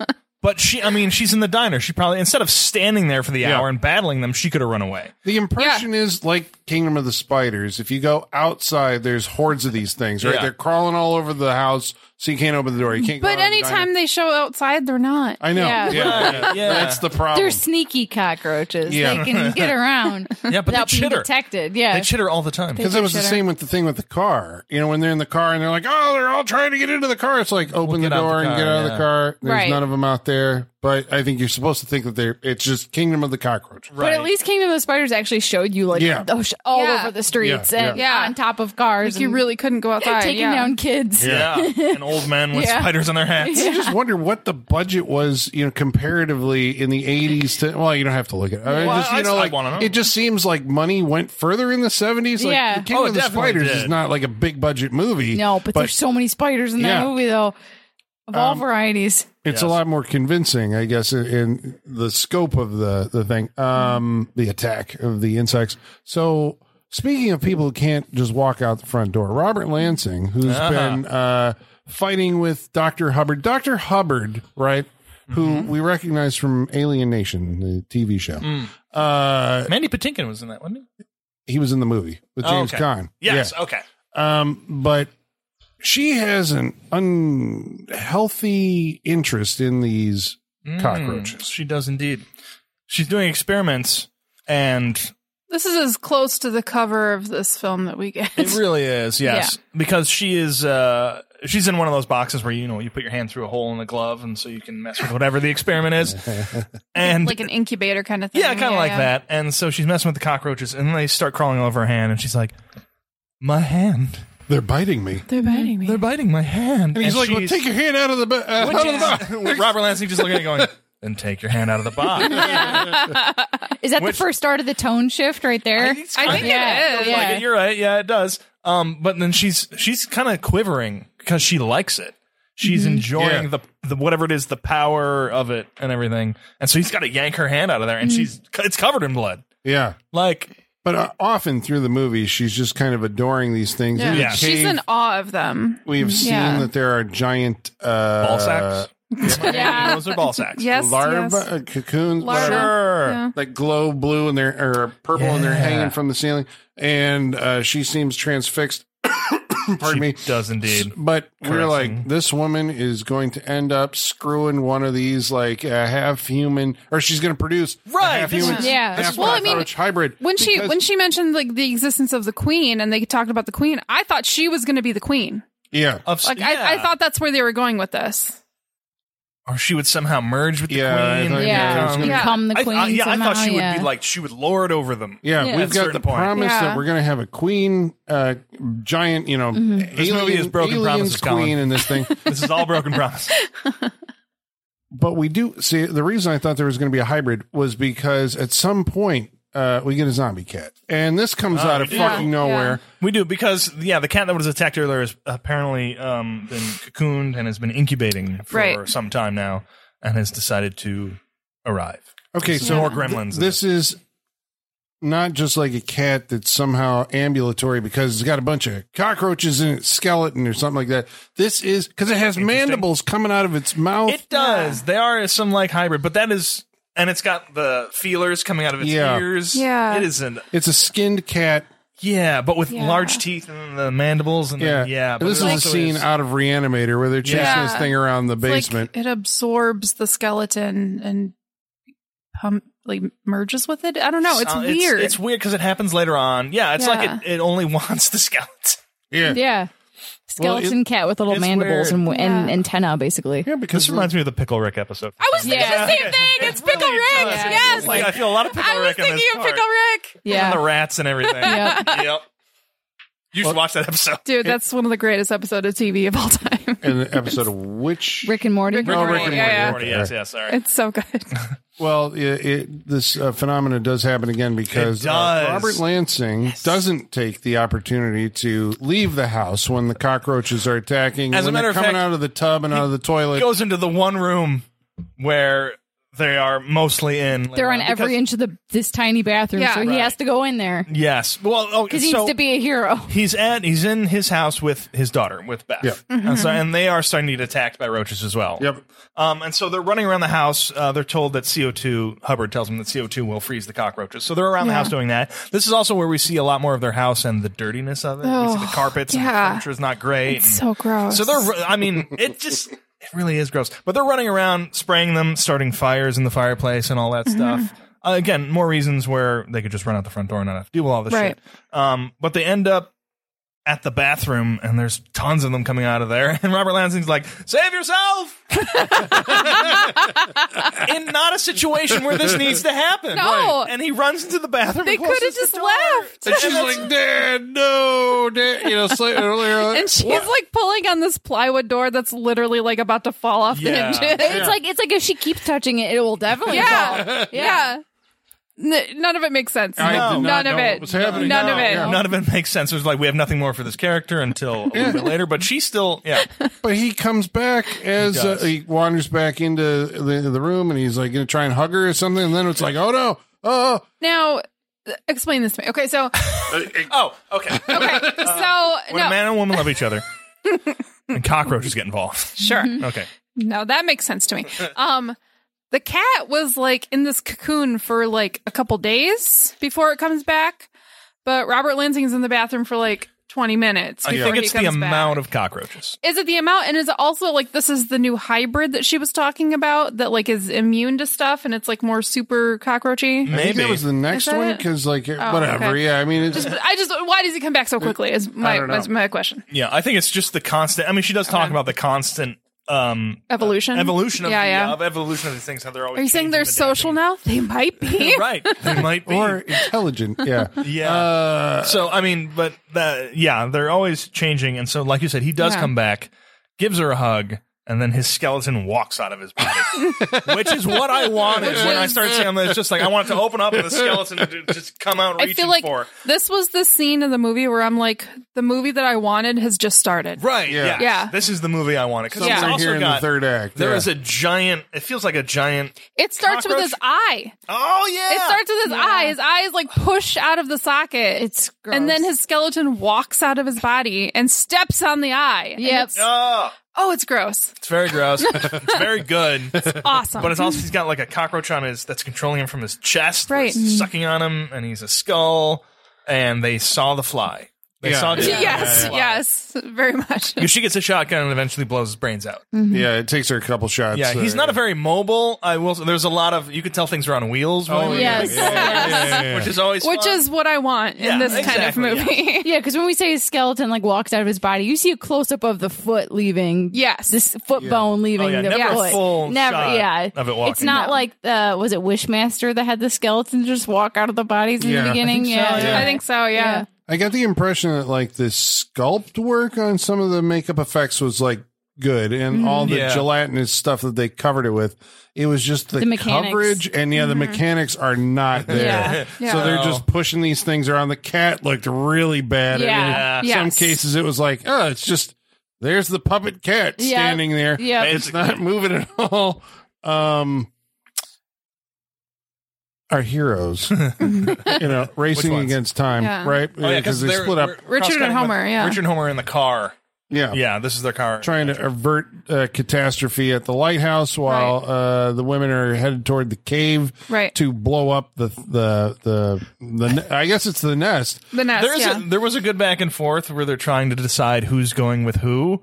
But she, I mean, she's in the diner. She probably, instead of standing there for the Yeah. hour and battling them, she could have run away. that. The impression is like Kingdom of the Spiders. If you go outside, there's hordes of these things. Right, Yeah. they're crawling all over the house, so you can't open the door. You can't. go But out of the diner. anytime they show outside, they're not. I know. Yeah. Yeah, yeah. Yeah. that's the problem. They're sneaky cockroaches. Yeah. They can get around Yeah, but they without being chitter. detected. Yeah. They chitter all the time. Because it was the Shitter. same with the thing with the car. You know, when they're in the car and they're like, "Oh, they're all trying to get into the car." It's like open get the out door the and get car, out of yeah. the car. There's Right. none of them out there. But I think you're supposed to think that they're. It's just Kingdom of the Cockroach. But at least Kingdom of the Spiders actually showed you like Yeah. oh, sh- all Yeah. over the streets Yeah, and yeah. Yeah. on top of cars. Like you and really couldn't go outside. taking yeah. down kids. yeah. And old men with Yeah. spiders on their hats. I just wonder what the budget was, you know, comparatively in the '80s to. Well, you don't have to look at. It. I mean, Well, just, you I- know, I like wanna know. it just seems like money went further in the '70s. Like, Yeah. the Kingdom Oh, it of the definitely Spiders did. is not like a big budget movie. No, but, there's so many spiders in that Yeah. movie though, of all Um, varieties. it's a Yes. lot more convincing, I guess, in, in the scope of the the thing, um, the attack of the insects. So, speaking of people who can't just walk out the front door, Robert Lansing, who's Uh-huh. been uh, fighting with Doctor Hubbard, Doctor Hubbard, right? Mm-hmm. Who we recognize from Alien Nation, the TV show. Mm. Uh, Mandy Patinkin was in that, wasn't he? he was in the movie with Oh, James okay. Caan. Yes. Yeah. Okay. Um, but she has an unhealthy interest in these cockroaches. Mm. She does indeed. She's doing experiments, and This is as close to the cover of this film that we get. it really is yes, because she is. Uh, she's in one of those boxes where you know you put your hand through a hole in the glove, and so you can mess with whatever the experiment is, and. like an incubator kind of thing. yeah, kind of like that. And so she's messing with the cockroaches, and they start crawling all over her hand. And she's like, "My hand! They're biting me. They're biting me. They're biting my hand!" And he's like, well, she's- take your hand out of the, ba- uh, which out of the is- box. Robert Lansing just looking at it going, "Then take your hand out of the box." Is that Which- the first start of the tone shift right there? It's I think kinda- it is. Yeah. Like, you're right. Yeah, it does. Um, but then she's she's kind of quivering because she likes it. She's enjoying Yeah. the, the whatever it is, the power of it and everything. And so he's got to yank her hand out of there, and she's it's covered in blood. yeah. Like But uh, often through the movie, she's just kind of adoring these things. In the Yeah. She's cave, in awe of them. we've seen yeah. that there are giant uh, ball sacks. Yeah. those are ball sacks. Yes, larva yes. uh, cocoons Larva. whatever, sure. Yeah. that glow blue and they're or purple and they're Yeah. hanging from the ceiling. And uh, she seems transfixed. Pardon She me. does indeed. Mm-hmm. But we're Caressing. like, this woman is going to end up screwing one of these like a half human, or she's going to produce a Right, half this human, is- yeah. half Well, I mean, cockroach hybrid. When she Because- when she mentioned like the existence of the queen and they talked about the queen, I thought she was going to be the queen. yeah, Of, Like yeah. I, I thought that's where they were going with this. or she would somehow merge with the Yeah, I queen. thought, yeah, and Yeah, it's become- gonna- become the I- queen. I, yeah, I thought somehow, she would yeah. be like she would lord over them. Yeah, at a we've got certain the point. promise Yeah. that we're going to have a queen, uh, giant, you know, This movie is broken aliens promises, Colin. queen in this thing. This is all broken promise. but we do see the reason I thought there was going to be a hybrid was because at some point uh, we get a zombie cat, and this comes Oh, out we of do. fucking Yeah, nowhere. We do because yeah, the cat that was attacked earlier has apparently um, been cocooned and has been incubating for Right. some time now, and has decided to arrive. Okay, Some so more gremlins. in this is not just like a cat that's somehow ambulatory because it's got a bunch of cockroaches in its skeleton or something like that. This is because it has mandibles coming out of its mouth. It does. They are some like hybrid, but that is, and it's got the feelers coming out of its Yeah. ears. Yeah. it isn't. it's a skinned cat. Yeah, but with Yeah. large teeth and the mandibles and Yeah, the, yeah. But This is it a also scene is- out of Reanimator where they're chasing Yeah. this thing around the It's basement. Like it absorbs the skeleton and pump like merges with it. I don't know. Oh, It's uh, weird. It's, weird because it happens later on. Yeah, it's Yeah. like it, it only wants the skeleton. yeah, yeah, Well, it- skeleton cat with little it's mandibles and, weird. and Yeah. antenna, basically. yeah, This because reminds me of the Pickle Rick episode. I was thinking Yeah. the same thing. It's Pickle really Rick. does. It's Yes. like, I feel a lot of Pickle I was Rick in thinking this of part. Pickle Rick. Yeah, And the rats and everything. Yep. yep. You should watch that episode. Dude, that's one of the greatest episodes of TV of all time. in the episode of which Rick and Morty. Rick and Oh, Morty. Rick and Yeah, Morty. yeah. Morty, yes, yes, sorry. It's so good. Well, it, it, this uh, phenomenon does happen again because It does. Uh, Robert Lansing doesn't take the opportunity to leave the house when the cockroaches are attacking. As a when they're matter of coming fact, out of the tub and out of the toilet. It goes into the one room where they are mostly in. They're later on every Uh, because- inch of the this tiny bathroom, Yeah. so he Right. has to go in there Yes. Well, oh, because he so needs to be a hero. He's at he's in his house with his daughter with Beth, Yeah. Mm-hmm, and so and they are starting to get attacked by roaches as well. Yep. Um, and so they're running around the house. Uh, they're told that CO two Hubbard tells them that CO two will freeze the cockroaches. So they're around the house doing that. This is also where we see a lot more of their house and the dirtiness of it. we see the carpets. and yeah. the furniture is not great. and- so gross. So they're, ru- I mean, it just, it really is gross. But they're running around, spraying them, starting fires in the fireplace and all Mm-hmm. that stuff. Uh, again, more reasons where they could just run out the front door and not have to deal with all this Right. shit. Um, but they end up at the bathroom and there's tons of them coming out of there. And Robert Lansing's like, save yourself! In not a situation where this needs to happen. No. And he runs into the bathroom. They and closes could have the just door. left. and she's like, Dad, no, Dad. You know, slightly earlier. And she's like pulling on this plywood door that's literally like about to fall off Yeah. the hinges. It's like it's like if she keeps touching it, it will definitely fall. Yeah. Yeah. N- none of it makes sense. I did not none know of what it. was happening. None No, of it. yeah. None of it makes sense. It was like we have nothing more for this character until a little bit later, but she still, yeah, but he comes back as he, uh, does. he wanders back into the, the room and he's like going to try and hug her or something. And then it's like, oh no, oh, Now, th- explain this to me. Okay, so Oh, okay. okay, Uh, so When no, a man and a woman love each other, and cockroaches get involved. sure. Okay. No, Mm-hmm. that makes sense to me. Um, the cat was like in this cocoon for like a couple days before it comes back, but Robert Lansing's in the bathroom for like twenty minutes. I Before think he it's the comes back. amount of cockroaches. Is it the amount? And is it also like this is the new hybrid that she was talking about that like is immune to stuff and it's like more super cockroachy? I think Maybe. that was the next that one it? because like whatever. okay. Yeah, I mean, it's, But I just why does he come back so quickly? Is I my don't know. is my question. yeah, I think it's just the constant. I mean, she does talk about the constant um, Uh-huh. Evolution. evolution of, yeah, the, yeah. of evolution of these things. How they're always. Are you saying changing they're the social now? They might be. damn thing. Right. They might be. or intelligent. Yeah, yeah. Uh, so I mean, but the, yeah, they're always changing, and so like you said, he does Yeah. come back, gives her a hug, and then his skeleton walks out of his body, which is what I wanted when I started seeing this. It's just like I want it to open up and the skeleton to just come out reaching I feel like for. this was the scene in the movie where I'm like, the movie that I wanted has just started. Right. Yeah. Yeah. Yeah. This is the movie I wanted because Yeah. it's Somewhere also here in the got third act. there yeah. is a giant. It feels like a giant. It starts with Cockroach? his eye. Oh yeah. It starts with his Yeah. eye. His eye is like pushed out of the socket. It's gross. and then his skeleton walks out of his body and steps on the eye. And Yep. it's- Oh, Oh, it's gross. it's very gross. it's very good, but Awesome. it's also he's got like a cockroach on his that's controlling him from his chest, where Right. Mm-hmm. it's sucking on him, and he's a skull. And they saw the fly. They Yeah. saw it. Yeah, yes, yeah, yes, very much. 'Cause she gets a shotgun and eventually blows his brains out. Mm-hmm. Yeah, it takes her a couple shots. Yeah, he's uh, not a very mobile. I will. There's a lot of you could tell things are on wheels, Oh, really, yeah, Yes. yeah, yeah, yeah, yeah. which is always Which fun. is what I want in Yeah, this exactly, kind of movie. Yeah, because when we say his skeleton like walks out of his body, you see a close up of the foot leaving. Yes. this foot bone leaving. Oh, yeah, the never a foot. full never. shot yeah, of it walking. It's not No. like uh, was it Wishmaster that had the skeletons just walk out of the bodies in Yeah, I the think beginning? so, yeah, yeah. I think so. Yeah. I got the impression that like the sculpt work on some of the makeup effects was like good, and all the Yeah. gelatinous stuff that they covered it with, it was just the, The mechanics. coverage, and yeah, the mechanics are not there. Yeah. Yeah. So they're No. just pushing these things around. The cat looked really bad. Yeah. And in Yes. some cases, it was like, oh, it's just there's the puppet cat Yeah. standing there. Yeah. it's not moving at all. Um, our heroes, you know, racing ones? against time, Yeah. right? Oh, yeah, because they they're- split up. we're Richard and cross-cutting Homer, with- yeah. Richard and Homer in the car. Yeah, Yeah, this is their car. trying to avert uh, catastrophe at the lighthouse while uh, the women are headed toward the cave Right. to blow up the the the, the ne- I guess it's the nest. The nest. There's yeah. a, there was a good back and forth where they're trying to decide who's going with who,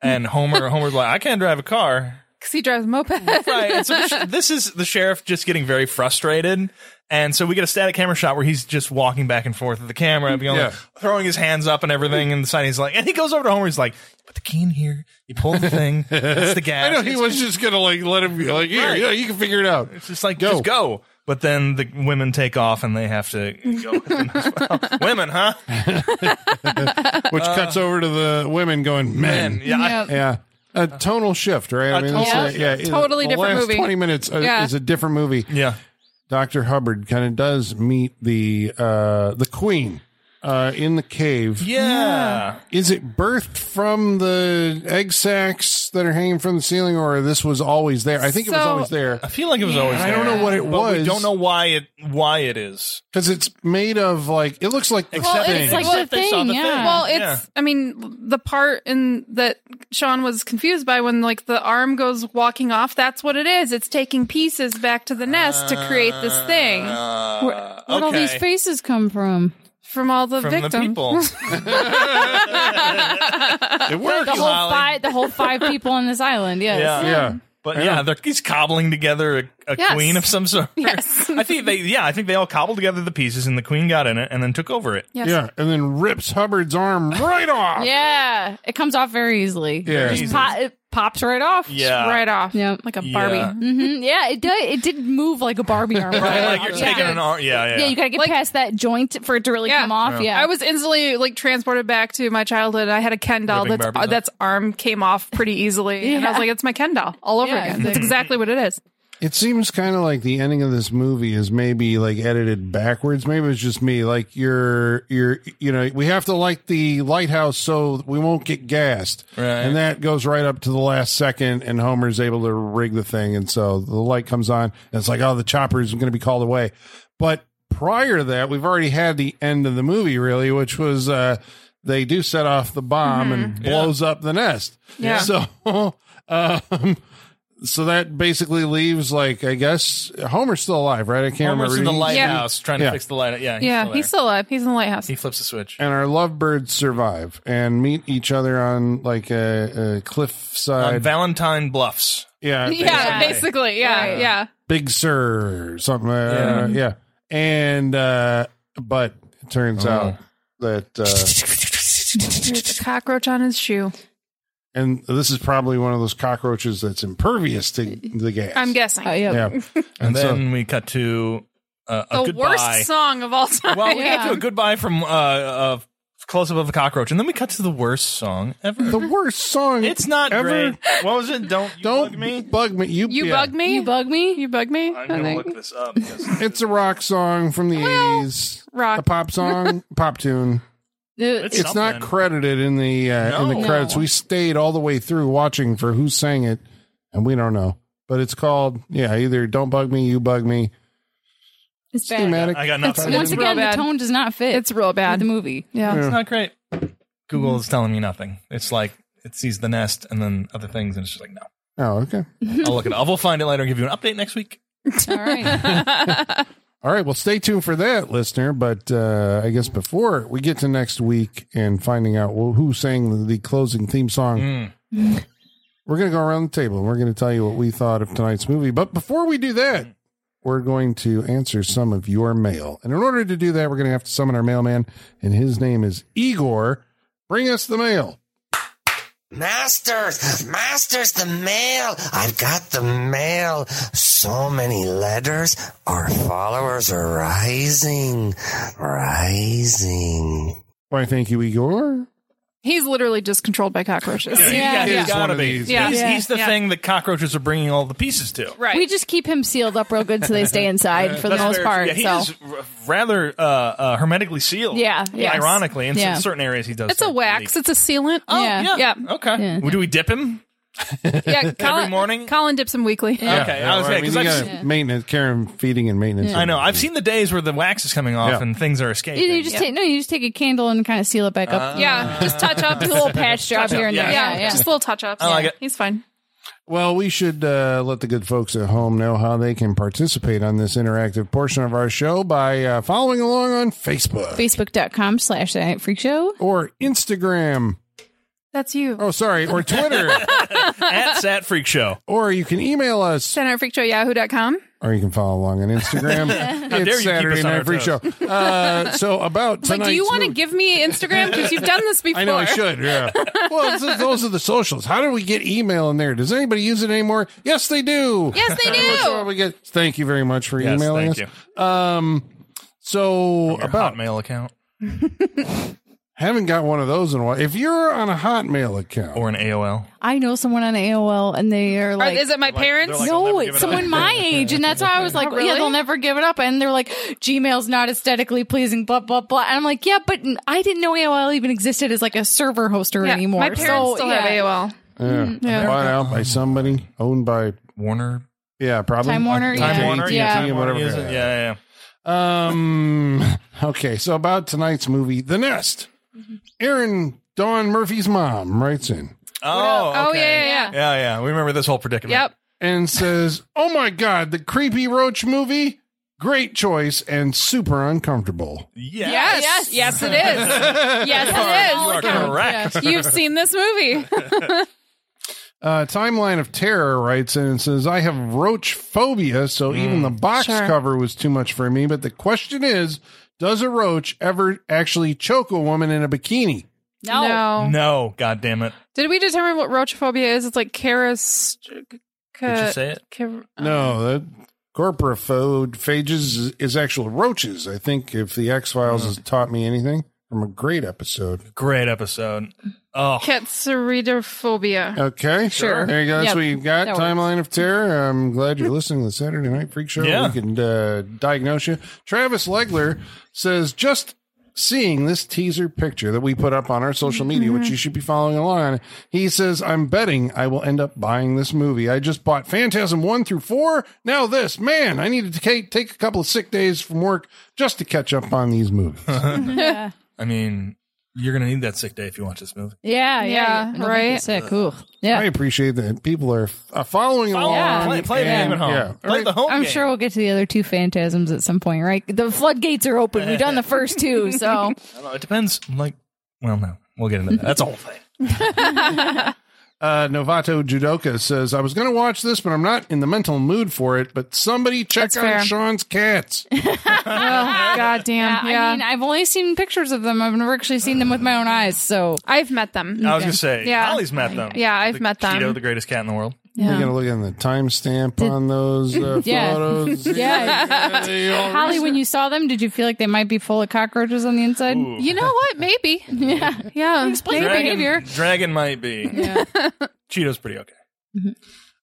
and Homer Homer's like, I can't drive a car. Because he drives a moped. Right. And so the sh- this is the sheriff just getting very frustrated. And so we get a static camera shot where he's just walking back and forth with the camera, being like, Yeah. throwing his hands up and everything. And the sign he's like, and he goes over to Homer. He's like, put the key in here. You pull the thing. It's the gas. I know he It's- was just gonna like let him be like, yeah, Right. yeah, you can figure it out. It's just like Go. just go. But then the women take off and they have to go. With them as well. women, huh? Which cuts over to the women going, Uh, men, Yeah. I- yeah. A tonal shift, right? I total that's shift. yeah, Totally the different last movie. Twenty minutes uh, Yeah. is a different movie. yeah. Doctor Hubbard kind of does meet the uh, the Queen uh, in the cave. Yeah. Is it birthed from the egg sacs that are hanging from the ceiling, or this was always there? I think it was So- always there I feel like it was always. I don't there, know what it but was. We don't know why it why it is. because it's made of like it looks like the Well, thing. it's like the Except they saw thing, the yeah. thing. Well, it's. Yeah. I mean, the part in that Sean was confused by when, like, the arm goes walking off. That's what it is. It's taking pieces back to the nest to create this thing Uh, Where, where'd all these okay. faces come from? from all the from victims. the people. it works. The whole Holly. five, the whole five people on this island. Yes. Yeah. yeah, But yeah, they're, he's cobbling together a, a Yes. queen of some sort. Yes. I think they, yeah, I think they all cobbled together the pieces, and the queen got in it and then took over it. Yes. yeah, and then rips Hubbard's arm right off. Yeah, it comes off very easily. Yeah. It just po- it pops right off. Yeah, Right off. Yeah. Like a Barbie. Yeah. hmm Yeah, it did. It did move like a Barbie arm. Right, like you're Yeah. taking an arm. Yeah, yeah. Yeah, you gotta get past that joint for it to really Yeah. come off. Yeah, I was instantly like transported back to my childhood. I had a Ken doll Ripping that's, Barbies up. that's arm came off pretty easily, and I was Yeah. like, "It's my Ken doll all over Yeah, again." That's exactly what it is. It seems kind of like the ending of this movie is maybe like edited backwards. Maybe it's just me. Like you're, you're, you know, we have to light the lighthouse so we won't get gassed. Right. And that goes right up to the last second, and Homer's able to rig the thing, and so the light comes on, and it's like, oh, the chopper's going to be called away. But prior to that, we've already had the end of the movie, really, which was uh, they do set off the bomb and blows up the nest. Yeah. So. Um, so that basically leaves like I guess Homer's still alive, right? I can't Homer's in remember. the He- lighthouse trying to Yeah. fix the light. Yeah, he's yeah, still there. he's still alive. He's in the lighthouse. he flips the switch. And our lovebirds survive and meet each other on like a, a On cliffside. Valentine Bluffs. yeah, yeah, basically. basically. Yeah, yeah. Big Sur or something. Yeah. yeah. And uh but it turns Oh. out that uh There's a cockroach on his shoe. and this is probably one of those cockroaches that's impervious to the gas. I'm guessing. Oh, yeah. Yeah. And, And so- then we cut to uh, a the goodbye. worst song of all time. well, we Yeah. cut to a goodbye from uh, a close up of a cockroach, and then we cut to the worst song ever. the worst song it's not ever. great. What was it? Don't you Don't Bug me. bug me. You, you yeah. bug me. You bug me? You bug me. I'm I gonna think. look this up. because- It's a rock song from the 80s. rock. A pop song, pop tune. The- It's It's not Something. credited in the uh, in No. the credits. We stayed all the way through watching for who sang it, and we don't know. But it's called yeah, either "Don't Bug Me," "You Bug Me." it's bad. Thematic. I got nothing. It's- Once It's real again, the bad. tone does not fit. It's real with bad. the movie. yeah. Yeah. It's not great. Google is telling me nothing. It's like it sees the nest and then other things, and it's just like no. Oh, okay. I'll look it up. We'll find it later and give you an update next week. All right. All right. Well, stay tuned for that, listener. But uh, I guess before we get to next week and finding out wh- who sang the closing theme song, we're going to go around the table and we're going to tell you what we thought of tonight's movie. But before we do that, Mm. we're going to answer some of your mail. And in order to do that, we're going to have to summon our mailman, and his name is Igor. Bring us the mail. Masters, masters, the mail. I've got the mail. So many letters. Our followers are rising, rising. Why, thank you, Igor. He's literally just controlled by cockroaches. Yeah. Yeah. he's Yeah. gotta One of be. these. Yeah. He's, Yeah. he's the Yeah. thing that cockroaches are bringing all the pieces to. Right. We just keep him sealed up real good so they stay inside for the That's most very- part. yeah, he so is r- rather uh, uh, hermetically sealed. Yeah, yes. Ironically, in Yeah. s- certain areas he does. it's a leak. wax. It's a sealant. Oh, Yeah. yeah. Yeah. Okay. Yeah. Well, Do we dip him? yeah. Colin, morning? Colin dips him weekly. Okay. I was Or, gonna- mean, 'cause you I've gotta maintenance, care and feeding and maintenance. I know. I've seen the days where the wax is coming off Yeah. and things are you, escaping. you just take no, you just take a candle and kind of seal it back up. Uh-huh. Yeah. Just touch up. do a little patch job here and yeah. there. yeah, Yeah, yeah. Just little touch ups. I like it. He's fine. Well, we should uh, let the good folks at home know how they can participate on this interactive portion of our show by uh, following along on Facebook Facebook.com slash the Night Freak Show. or Instagram. That's you. Oh, sorry, or Twitter. at Sat Freak Show. or you can email us, SaturnFreakShowYahoo.com. or you can follow along on Instagram. dare you keep it's us Saturday on our Night Free Show. Uh, so about Like, tonight's do you want to movie- give me Instagram? Because you've done this before. I know I should. Yeah. well, this is- those are the socials. How do we get email in there? Does anybody use it anymore? Yes, they do. Yes, they That's do. what we get. Thank you very much for Yes, emailing thank us. you. Um, so Your about Hotmail account haven't got one of those in a while. If you're on a Hotmail account, or an AOL. I know someone on AOL and they are like Is it my parents? like- They'll no, never give it's it up. someone my age, and that's why I was like, Oh, really? yeah, they'll never give it up. And they're like, Gmail's not aesthetically pleasing, blah blah blah. And I'm like, yeah, but I didn't know AOL even existed as like a server hoster Yeah, anymore. My parents So, still yeah. have AOL. yeah, bought out by somebody, owned by Warner. yeah, probably Time Warner, Like, Yeah. Time AT&T Warner. Yeah. Yeah. Time and Warner whatever. is it? Yeah. Yeah. Um. Okay. So about tonight's movie, The Nest. Aaron Dawn Murphy's mom writes in Oh. Oh, okay. yeah, yeah, yeah. Yeah. Yeah. We remember this whole predicament. Yep. and says, "Oh my God, the creepy roach movie." Great choice and super uncomfortable. Yes. Yes. Yes, it is. You are yes, it is. correct. You've seen this movie. Uh, Timeline of Terror writes in and says, I have roach phobia, so even the box Sure. cover was too much for me. But the question is, does a roach ever actually choke a woman in a bikini? No. No. God damn it. Did we determine what roachophobia is? It's like keras. Did Uh, you say it? No, that corporophages is, is actual roaches. I think if the X Files has taught me anything from a great episode. Great episode. Oh. Catsuridophobia. Okay, Sure. There you go. That's Yep. what you've got. That works. Timeline of Terror. I'm glad you're listening to the Saturday Night Freak Show. Yeah. We can uh, diagnose you. Travis Legler says just seeing this teaser picture that we put up on our social media, Mm-hmm. which you should be following along on, he says, I'm betting I will end up buying this movie. I just bought Phantasm 1 through 4. Now this. Man, I need to take, take a couple of sick days from work just to catch up on these movies. yeah. I mean, you're gonna need that sick day if you watch this movie. Yeah, Yeah, yeah, No, right? that's Sick. Ooh. Yeah. I appreciate that people are uh, following along. along. Oh, Play, play the Yeah. game at home. Yeah. Play the home I'm game. sure we'll get to the other two phantasms at some point, right? The floodgates are open. We've done the first two, so I don't know, it depends. Like, well, no, we'll get into that. That's a whole thing. Uh, Novato Judoka says, I was going to watch this, but I'm not in the mental mood for it. But somebody check That's out fair. Sean's cats. Oh, God damn. Yeah. I mean, I've only seen pictures of them. I've never actually seen them with my own eyes. So I've met them. I was gonna say, Yeah. Holly's met them. Yeah, I've The met them. Cheeto, the greatest cat in the world. We're going to look in the timestamp on those uh, Yeah. photos. Yeah. They all- Holly, when you saw them, did you feel like they might be full of cockroaches on the inside? you know what? Maybe. Yeah. Yeah. Explain Dragon, Dragon might be. Cheeto's pretty okay.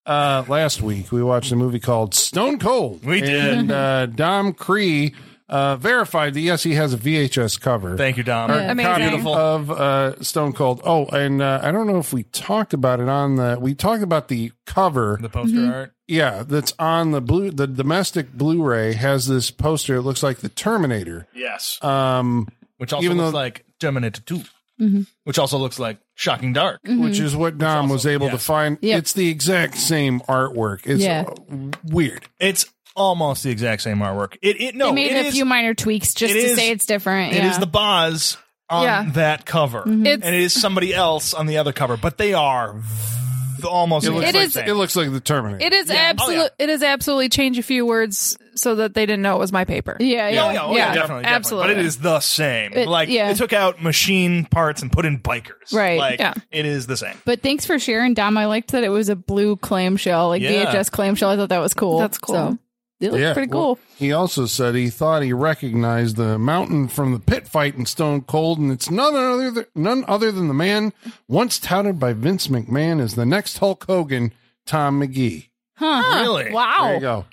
uh, last week, we watched a movie called Stone Cold. We did. And uh, Dom Cree uh, verified that, yes, he has a VHS cover. Thank you, Dom. Amazing. copy Beautiful. of uh, Stone Cold. Oh, and uh, I don't know if we talked about it on the. We talked about the cover The poster Mm-hmm. art. Yeah, that's on the blue. The domestic Blu-ray has this poster. It looks like the Terminator. Yes. Um, Uh, which also even looks though- like Terminator 2. Mm-hmm. Which also looks like Shocking Dark. Mm. which is what Dom was able to yes. find. Yep. It's the exact same artwork. It's Yeah. uh, weird. It's almost the exact same artwork. It, it no, they made it a is- few minor tweaks just it to is- say it's different. It yeah. Mm-hmm. is the Boz on Yeah. that cover, It's- and it is somebody else on the other cover. But they are v- almost. It looks, the It like, exact is- same. it looks like the Terminator. It is Yeah. Oh, absolute. yeah. It is absolutely change a few words so that they didn't know it was my paper. Yeah, Yeah, yeah. oh, yeah, oh, yeah, yeah, definitely, definitely. absolutely. But it is the same. It- like yeah. they took out machine parts and put in bikers. Right, Like yeah. it is the same. But thanks for sharing, Dom. I liked that it was a blue clamshell, like Yeah. VHS clamshell. I thought that was cool. That's cool. So, it looked pretty well, cool. he also said he thought he recognized the mountain from the pit fight in Stone Cold, and it's none other than, none other than the man once touted by Vince McMahon as the next Hulk Hogan, Tom McGee. Huh. Really? Wow. There you go.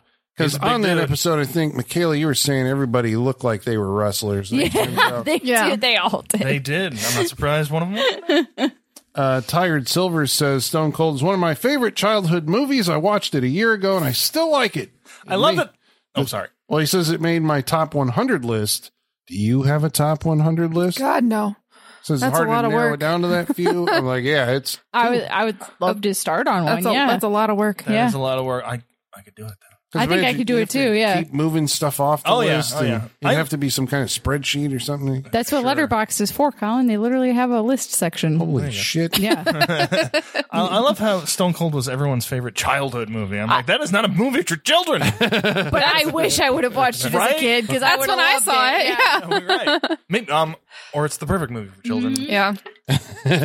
Because He's a big on that dude. episode, I think Michaela, you were saying everybody looked like they were wrestlers. Yeah, they Yeah. did. They all did. They did. I'm not surprised one of them. won. Uh, Tired Silver says Stone Cold is one of my favorite childhood movies. I watched it a year ago, and I still like it. I love made- that. Oh, sorry. Well, he says it made my top 100 list. Do you have a top 100 list? God no. So it's That's hard a lot to of narrow work. it down to that few. I'm like, yeah, it's I would. I would love to start on That's one. a yeah. that's a lot of work. That Yeah. is a lot of work. I I could do it. Though. 'cause I think if I you- could do you it have to too, yeah. keep moving stuff off the Oh, yeah. list. Oh, and yeah. You'd I- have to be some kind of spreadsheet or something. That's what Letterboxd is for, Colin. They literally have a list section. Holy shit! Yeah. I, I love how Stone Cold was everyone's favorite childhood movie. I'm like, that is not a movie for children. but I wish I would have watched it Right? as a kid because I That's would when I saw it. Yeah. Oh, you're right. Maybe um, or it's the perfect movie for Mm-hmm. children. Yeah.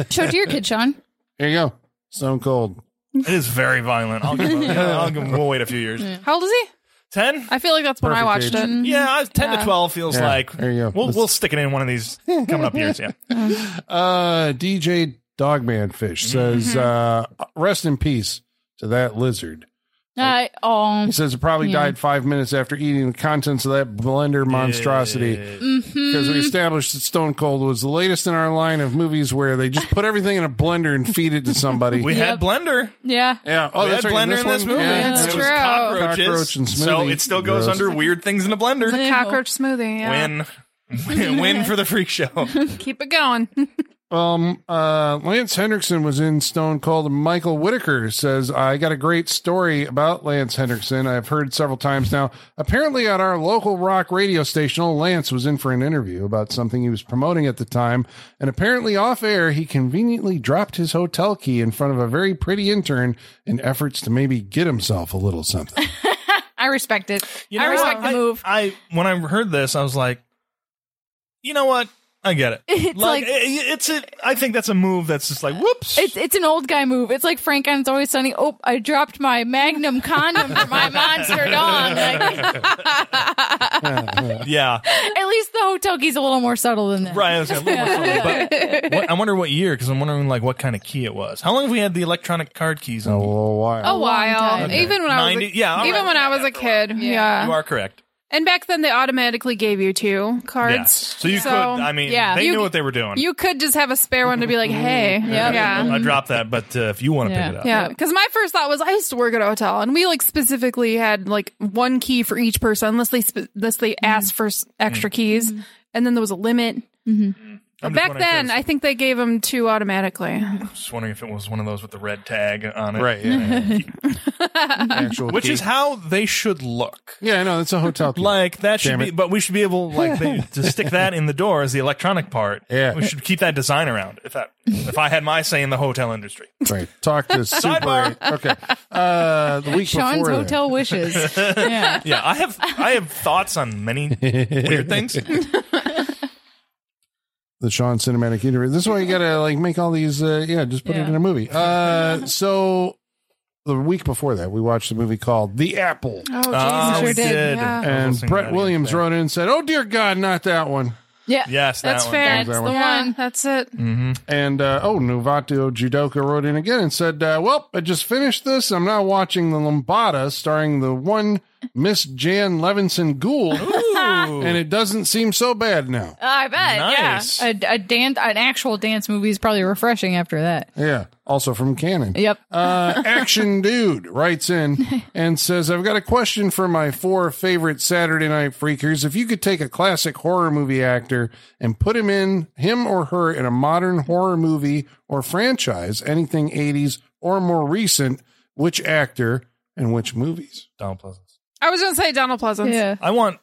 Show it to your kid, Sean. There you go. Stone Cold. It is very violent. I'll give. it- I'll give we'll wait a few years. How old is he? Ten. I feel like that's when I watched Perfect age. it. Yeah, I- ten to twelve feels Yeah, like there you go. We'll, Let's- we'll stick it in one of these coming up years. Yeah, Uh, DJ Dogman Fish says, uh, "Rest in peace to that lizard." Uh, oh. He says it probably Yeah. died five minutes after eating the contents of that blender monstrosity. Because we established that Stone Cold was the latest in our line of movies where they just put everything in a blender and feed it to somebody. we Yep. had blender. Yeah. yeah. Oh, we that's had right. blender in this one? movie. Yeah. and That's it true. was cockroaches. Cockroach and so smoothie. it still goes Gross. under weird things in a blender. Cockroach smoothie. Yeah. Win, win for the freak show. Keep it going. Um, uh, Lance Hendrickson was in Stone Cold. and Michael Whitaker says, I got a great story about Lance Hendrickson. I've heard several times now. Apparently, at our local rock radio station, old Lance was in for an interview about something he was promoting at the time. And apparently, off air, he conveniently dropped his hotel key in front of a very pretty intern in efforts to maybe get himself a little something. I respect it. You I know respect what? the move. I when I heard this, I was like, you know what? I get it. It's like- i- i- it's a. I think that's a move that's just like whoops. It's it's an old guy move. It's like Frank on It's Always Sunny. Oh, I dropped my Magnum condom for my monster dog. Like, yeah, at least the hotel key's a little more subtle than that. right. I, was like, a little more subtle, but what, I wonder what year because I'm wondering like what kind of key it was. How long have we had the electronic card keys? a on? little while. Oh. a time. while. Okay. Even when I was 90 a, yeah, all even right. when I was a kid. Yeah. You are correct. And back then they automatically gave you two cards. Yes. So you could. I mean, Mm-hmm. yeah. they You- knew what they were doing. you could just have a spare one to be like, hey, yeah. I dropped that, but uh, if you want to Yeah. pick it up, Yeah, because my first thought was I used to work at a hotel, and we like specifically had like one key for each person, unless they sp- unless they asked for s- extra keys, and then there was a limit. I'm just Back wondering if then, it was- Mm. I think they gave them two automatically. just wondering if it was one of those with the red tag on it, Right. Yeah. Actual Which key. is how they should look. yeah, I know. That's a hotel key. Like that should Damn be, it. but we should be able like they, to stick that in the door as the electronic part. Yeah. we should keep that design around. If that, if I had my say in the hotel industry, Right. Talk to Super. Sidebar. Okay. Uh, the week Sean's before that. hotel wishes. yeah. yeah, I have, I have thoughts on many weird things. the Sean cinematic universe. This is why you gotta like make all these. Uh, yeah, just put it Yeah. in a movie. Uh, so the week before that, we watched a movie called The Apple, Oh, Jesus, Oh, we sure did. I Yeah. was and listening to Brett that Williams yesterday. wrote in and said, "Oh dear God, not that one." Yeah. Yes, that That's one. fair. That That's the one. one. Mm. That's it. And uh, oh, Novato Judoka wrote in again and said, uh, "Well, I just finished this. I'm now watching The Lombada, starring the one Miss Jan Levinson Gould, Ooh. and it doesn't seem so bad now." I bet. Nice. Yeah. A, a dance, an actual dance movie is probably refreshing after that. Yeah, also from Canon. Yep. Uh, Action Dude writes in and says, I've got a question for my four favorite Saturday Night Freakers. If you could take a classic horror movie actor and put him in, him or her, in a modern horror movie or franchise, anything 80s or more recent, which actor and which movies? Donald Pleasance. I was going to say Donald Pleasance. Yeah. I want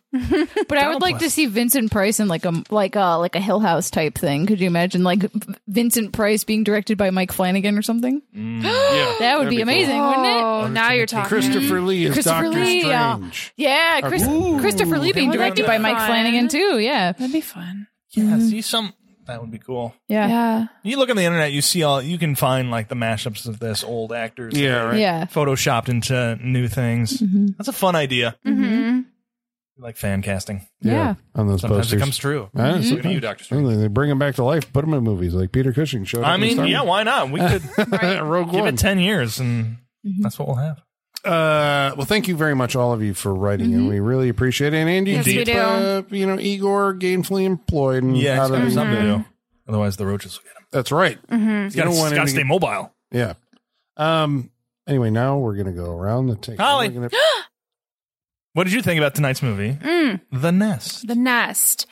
But I would like to see Vincent Price in like a like a like a Hill House type thing. Could you imagine like V- Vincent Price being directed by Mike Flanagan or something? that would That'd be, be amazing, wouldn't it? Oh, now you're And talking. Mm-hmm. Mm-hmm. Christopher Lee is Christopher Doctor Lee, yeah. Strange. Yeah, Chris, Christopher Lee being would be directed by Mike fun. Flanagan too. Yeah, That'd be fun. yeah, Mm-hmm. see some. That would be cool. yeah, Yeah. You look on the internet, you see all you can find like the mashups of this old actors. Yeah, right. yeah. photoshopped into new things. That's a fun idea. Mm-hmm. Like fan casting. Yeah. on those Sometimes posters. it comes true. I Mm-hmm. don't know, Look at you, sometimes. Doctor Strange. They bring him back to life, put him in movies like Peter Cushing showed. I up in mean, Star yeah, Wars. why not? We could Rogue give One. it 10 years and Mm-hmm. that's what we'll have. uh, well, thank you very much, all of you, for writing, and we really appreciate it. And Andy, Mm-hmm. Yes, we keep, do. Uh, you know, Igor gainfully employed. And Yeah, out he's of got the- something to do. Otherwise, the roaches will get him. That's right. He's Mm-hmm. You got don't want to him to stay get- mobile. Yeah. Um. Anyway, now we're gonna go around the table. Holly. We're gonna- What did you think about tonight's movie? Mm. The Nest. The nest.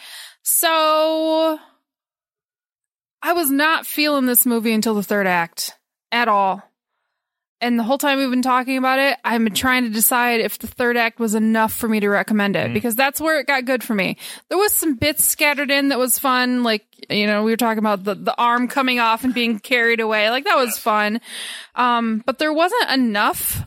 So I was not feeling this movie until the third act at all. And the whole time we've been talking about it, I've been trying to decide if the third act was enough for me to recommend it because that's where it got good for me. There was some bits scattered in that was fun, like you know we were talking about the the arm coming off and being carried away, like that was fun. Um, but there wasn't enough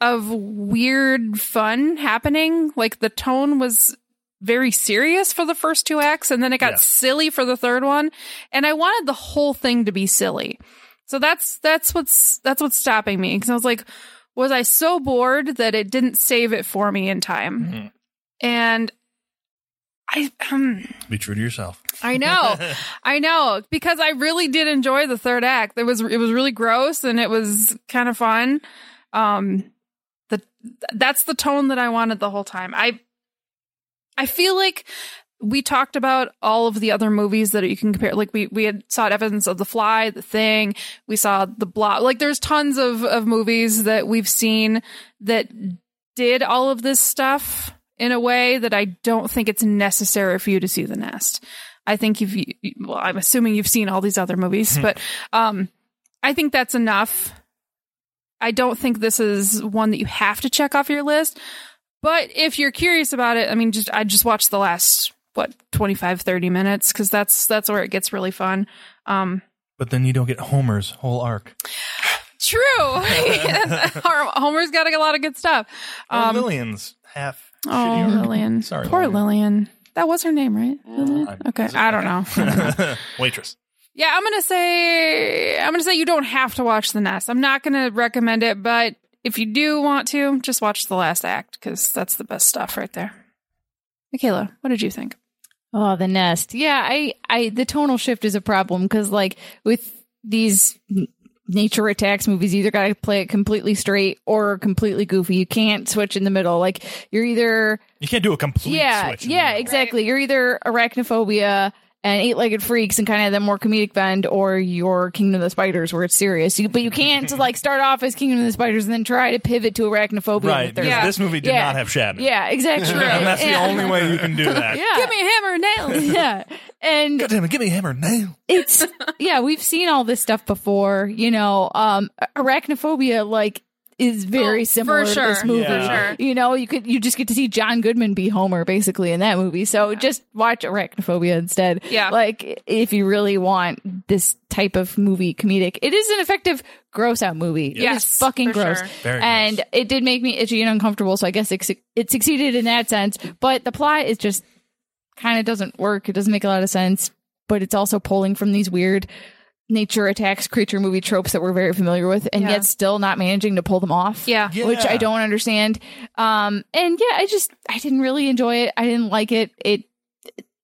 of weird fun happening. Like the tone was very serious for the first two acts and then it got Yes. silly for the third one and i wanted the whole thing to be silly so that's that's what's that's what's stopping me because i was like was i so bored that it didn't save it for me in time Mm-hmm. and i um Be true to yourself. I know, Oh. I know, because I really did enjoy the third act. It was it was really gross and it was kind of fun. Um, the that's the tone that I wanted the whole time. I I feel like we talked about all of the other movies that you can compare. Like we we had saw evidence of The Fly, The Thing. We saw The Blob. Like there's tons of of movies that we've seen that did all of this stuff in a way that I don't think it's necessary for you to see The Nest. I think you've you- you- well, I'm assuming you've seen all these other Hmm. movies, but um, I think that's enough. I don't think this is one that you have to check off your list. But if you're curious about it, I mean, just I just watched the last what 25, 30 minutes because that's that's where it gets really fun. Um, But then you don't get Homer's whole arc. true, Homer's got a lot of good stuff. Or Oh, Um, Lillian's half. Oh, shitty arc. Lillian. Sorry, Poor Lillian. Lillian. That was her name, right? Lillian? I- Okay. is it? I don't know. I don't know. Waitress. yeah, I'm going to say I'm going to say you don't have to watch The Nest. I'm not going to recommend it, but if you do want to, just watch the last act cuz that's the best stuff right there. Michaela, what did you think? Oh, the nest. Yeah, I, I, the tonal shift is a problem because, like, with these n- nature attacks movies, you either got to play it completely straight or completely goofy. You can't switch in the middle. Like, you're either, You can't do a complete yeah, switch. in the yeah, middle. exactly. You're either arachnophobia and eight legged freaks and kind of the more comedic bend, or your Kingdom of the Spiders, where it's serious. You, but you can't like start off as Kingdom of the Spiders and then try to pivot to arachnophobia. in Right. the third because one. This movie did Yeah. not have Shatner. Yeah, exactly. And that's the only way you can do that. Yeah. Give me a hammer and nails. yeah. And God damn it, give me hammer now. it's yeah we've seen all this stuff before you know um arachnophobia like is very Oh, similar for to sure. this movie Yeah. For sure. you know you could you just get to see john goodman be homer basically in that movie so just watch arachnophobia instead Yeah. like if you really want this type of movie comedic it is an effective gross out movie it Yes, is fucking for gross sure. Very and gross. it did make me itchy and uncomfortable so i guess it, suc- it succeeded in that sense but the plot is just kind of doesn't work. It doesn't make a lot of sense, but it's also pulling from these weird nature attacks, creature movie tropes that we're very familiar with, and Yeah. yet still not managing to pull them off. Yeah. uh, Which Yeah. I don't understand. Um, and yeah, I just, I didn't really enjoy it. I didn't like it. It,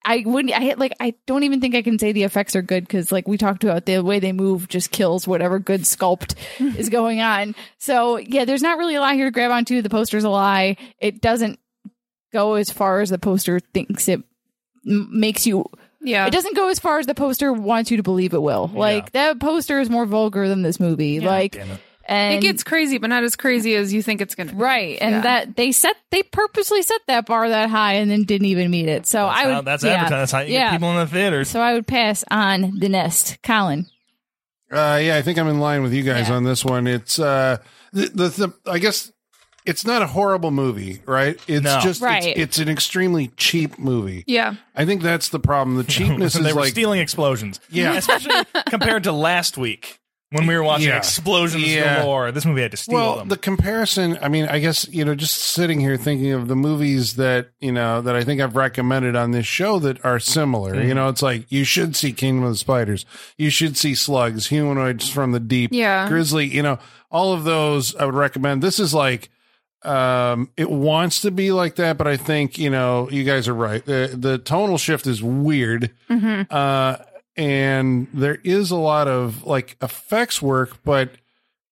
I wouldn't, I had like, I don't even think I can say the effects are good because, like, we talked about the way they move just kills whatever good sculpt is going on. So, yeah, there's not really a lot here to grab onto. The poster's a lie. It doesn't go as far as the poster thinks it m- makes you Yeah. it doesn't go as far as the poster wants you to believe it will like that poster is more vulgar than this movie like damn it. and it gets crazy, but not as crazy as you think it's going to be. right and Yeah. that they set they purposely set that bar that high and then didn't even meet it so i That's would how- that's yeah. advertising. That's how you yeah get people in the theaters. so i would pass on the nest colin Uh, yeah, I think I'm in line with you guys Yeah. on this one. It's uh, the, the, the I guess it's not a horrible movie, right? It's No. just Right. It's, it's an extremely cheap movie. Yeah. I think that's the problem. The cheapness they is were like stealing explosions. Yeah. especially compared to last week when we were watching Yeah. explosions Yeah. galore. This movie had to steal well them. the comparison. I mean, I guess you know, just sitting here thinking of the movies that you know that I think I've recommended on this show that are similar. Mm-hmm. You know, it's like you should see Kingdom of the Spiders, you should see Slugs, Humanoids from the Deep, Yeah. Grizzly. You know, all of those I would recommend. This is like um it wants to be like that but i think you know you guys are right the, the tonal shift is weird Mm-hmm. uh and there is a lot of like effects work but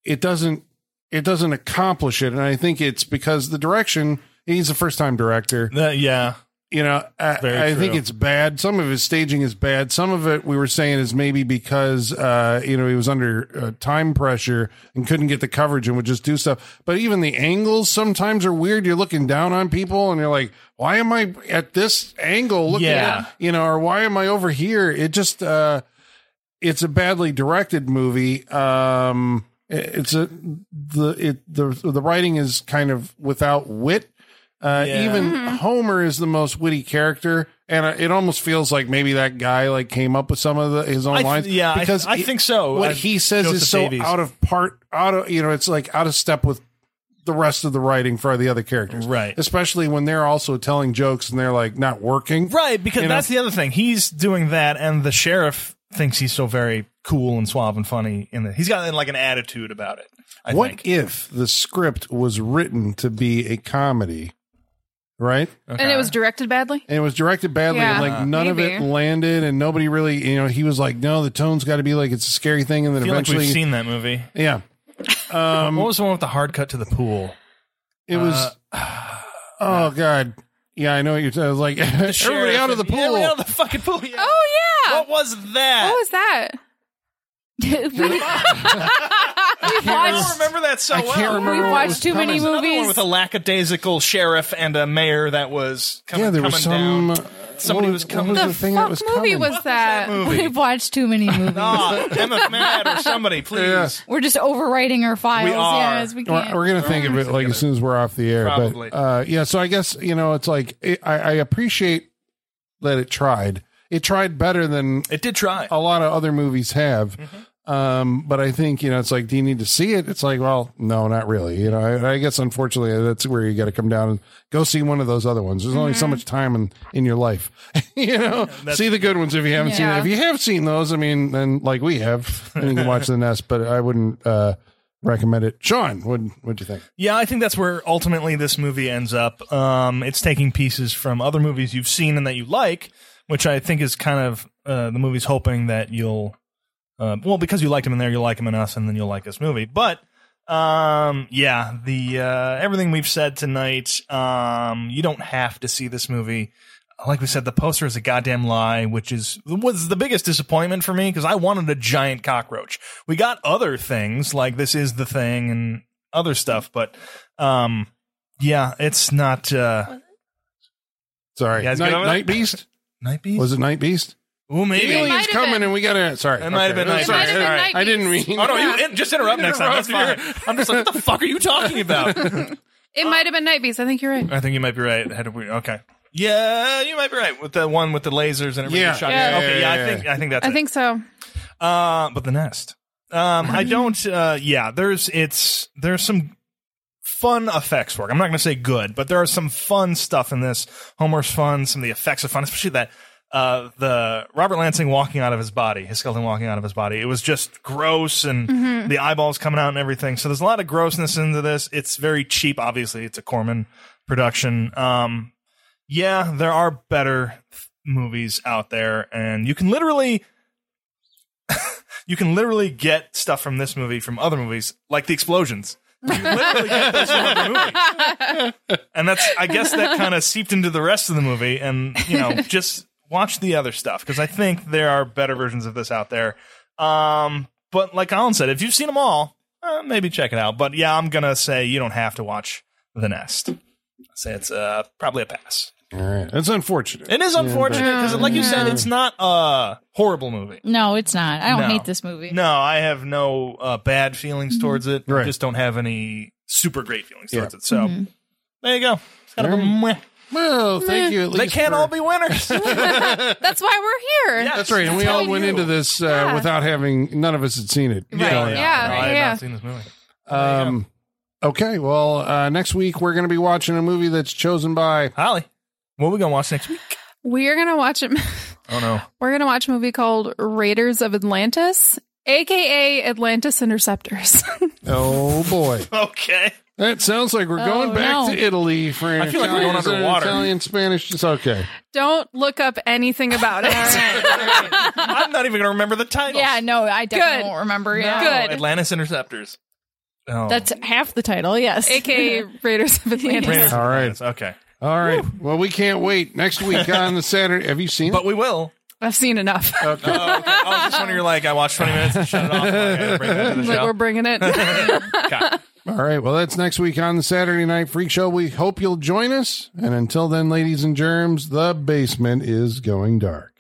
it doesn't it doesn't accomplish it and i think it's because the direction he's a first time director The- yeah, you know Very i, I true. think it's bad some of his staging is bad some of it we were saying is maybe because uh you know he was under uh, time pressure and couldn't get the coverage and would just do stuff but even the angles sometimes are weird you're looking down on people and you're like why am i at this angle looking Yeah. at, you know or why am i over here it just uh it's a badly directed movie um it- it's a the it the the writing is kind of without wit uh, Yeah. Even Homer is the most witty character, and uh, it almost feels like maybe that guy like came up with some of the, his own I th- lines. yeah, I- I it- think so, What uh, he says Joseph is so Davies. out of part, out of you know, it's like out of step with the rest of the writing for the other characters, Right. Especially when they're also telling jokes and they're like not working, right. Because You know? that's the other thing. He's doing that, and the sheriff thinks he's so very cool and suave and funny. In the he's got like an attitude about it. I what think. if the script was written to be a comedy, right? And it was directed badly. and it was directed badly Yeah, and like none of maybe. it landed and nobody really you know he was like no the tone's got to be like it's a scary thing and then I feel like eventually we've seen that movie. yeah um What was the one with the hard cut to the pool? it was Uh, oh god yeah i know what you're saying like everybody out of the pool Yeah, everybody out of the fucking pool. Yeah. Oh yeah. What was that? what was that? We've I don't watched remember that so I well. can't remember we've what watched was too many coming. Another one movies. with a lackadaisical sheriff and a mayor that was coming, yeah there was coming some uh, down. Somebody what was coming- what the was the thing fuck that was movie coming? was that? movie. We've watched too many movies. Ah, Emma Matt or somebody, please. Yeah. We're just overwriting our files. We are. Yeah, as we We're, can. we're gonna think of it like as soon as we're off the air. Probably. But uh, yeah, so I guess you know it's like it, I, I appreciate that it tried. It tried better than It did try. a lot of other movies have. Mm-hmm. Um, but I think, you know, it's like, do you need to see it? It's like, well, no, not really. You know, I, I guess unfortunately that's where you got to come down and go see one of those other ones. There's only so Mm-hmm. much time in, in your life, you know, see the good ones. If you haven't seen it, Yeah. if you have seen those, I mean, then like we have, then you can watch the nest, but I wouldn't, uh, recommend it. Sean, what, what'd you think? Yeah, I think that's where ultimately this movie ends up. Um, it's taking pieces from other movies you've seen and that you like, which I think is kind of uh, the movie's hoping that you'll, uh, well, because you liked him in there, you'll like him in us, and then you'll like this movie. But um, yeah, the uh, everything we've said tonight, um, you don't have to see this movie. Like we said, the poster is a goddamn lie, which is was the biggest disappointment for me because I wanted a giant cockroach. We got other things like this is the thing and other stuff, but um, yeah, it's not uh, Sorry. You guys Night, good over that? Night Beast? Night Beast. Was it Night Beast? Ooh, maybe. might Aliens have coming been. and we got to, sorry. It might have been Night Sorry. Beast. It might have been I Night didn't Beast. mean. Oh no! You in, just interrupt next time. That's fine. Interrupt, I'm just like, what the fuck are you talking about? It might have been Night Beast. I think you're right. I think you might be right. Had we, okay. Yeah, you might be right with the one with the lasers and everything. Yeah. shot. Yeah. okay. Yeah, Yeah, yeah, I think I think that's. I it. think so. Uh, but the nest. Um, I don't. Uh, yeah, there's it's there's some fun effects work. I'm not going to say good, but there are some fun stuff in this. Homer's fun. Some of the effects are fun, especially that uh, the Robert Lansing walking out of his body, his skeleton walking out of his body. It was just gross, Mm-hmm. and the eyeballs coming out and everything. So there's a lot of grossness into this. It's very cheap. Obviously, it's a Corman production. Um, yeah, there are better th- movies out there, and you can literally you can literally get stuff from this movie from other movies, like the explosions. You literally get those from other movies. And that's, I guess, that kind of seeped into the rest of the movie. And you know, just watch the other stuff because I think there are better versions of this out there. Um, but like Alan said, if you've seen them all, uh, maybe check it out. But yeah, I'm gonna say you don't have to watch The Nest. I'd Say it's uh, probably a pass. All right. That's unfortunate. It is unfortunate because, like you said, it's not a horrible movie. no, it's not. I don't No. hate this movie. Mm-hmm. No, I have no uh, bad feelings towards it. Right. I just don't have any super great feelings towards Yeah. it. So Mm-hmm. there you go. It's kind of a meh. Well, thank you. At least They can't for- all be winners. That's why we're here. Yeah. That's right. And we all how went you- into this uh, Yeah. without having none of us had seen it. Yeah, yeah, No, I had yeah. not seen this movie. Um, okay. Well, uh, next week we're going to be watching a movie that's chosen by. Holly, what are we gonna watch next week? We're gonna watch it. Oh no. We're gonna watch a movie called Raiders of Atlantis, aka Atlantis Interceptors. Oh boy, Okay. that sounds like we're Oh, going back no. to Italy for an I feel like we're Italian, going underwater. Italian, Spanish. It's okay. Don't look up anything about it. I'm not even gonna remember the title. Yeah, no, I definitely Good. won't remember. Yeah. Good. Oh, Atlantis Interceptors. Oh. That's half the title, yes. aka Raiders of Atlantis. Raiders of All right. Atlantis, Okay. All right. Well, we can't wait next week on the Saturday. Have you seen But it? we will. I've seen enough. Oh, okay. I was just wondering, you're like, I watched 20 minutes and shut it off. Okay, bring that to the like show. we're bringing it. Okay. All right. Well, that's next week on the Saturday Night Freak Show. We hope you'll join us. And until then, ladies and germs, the basement is going dark.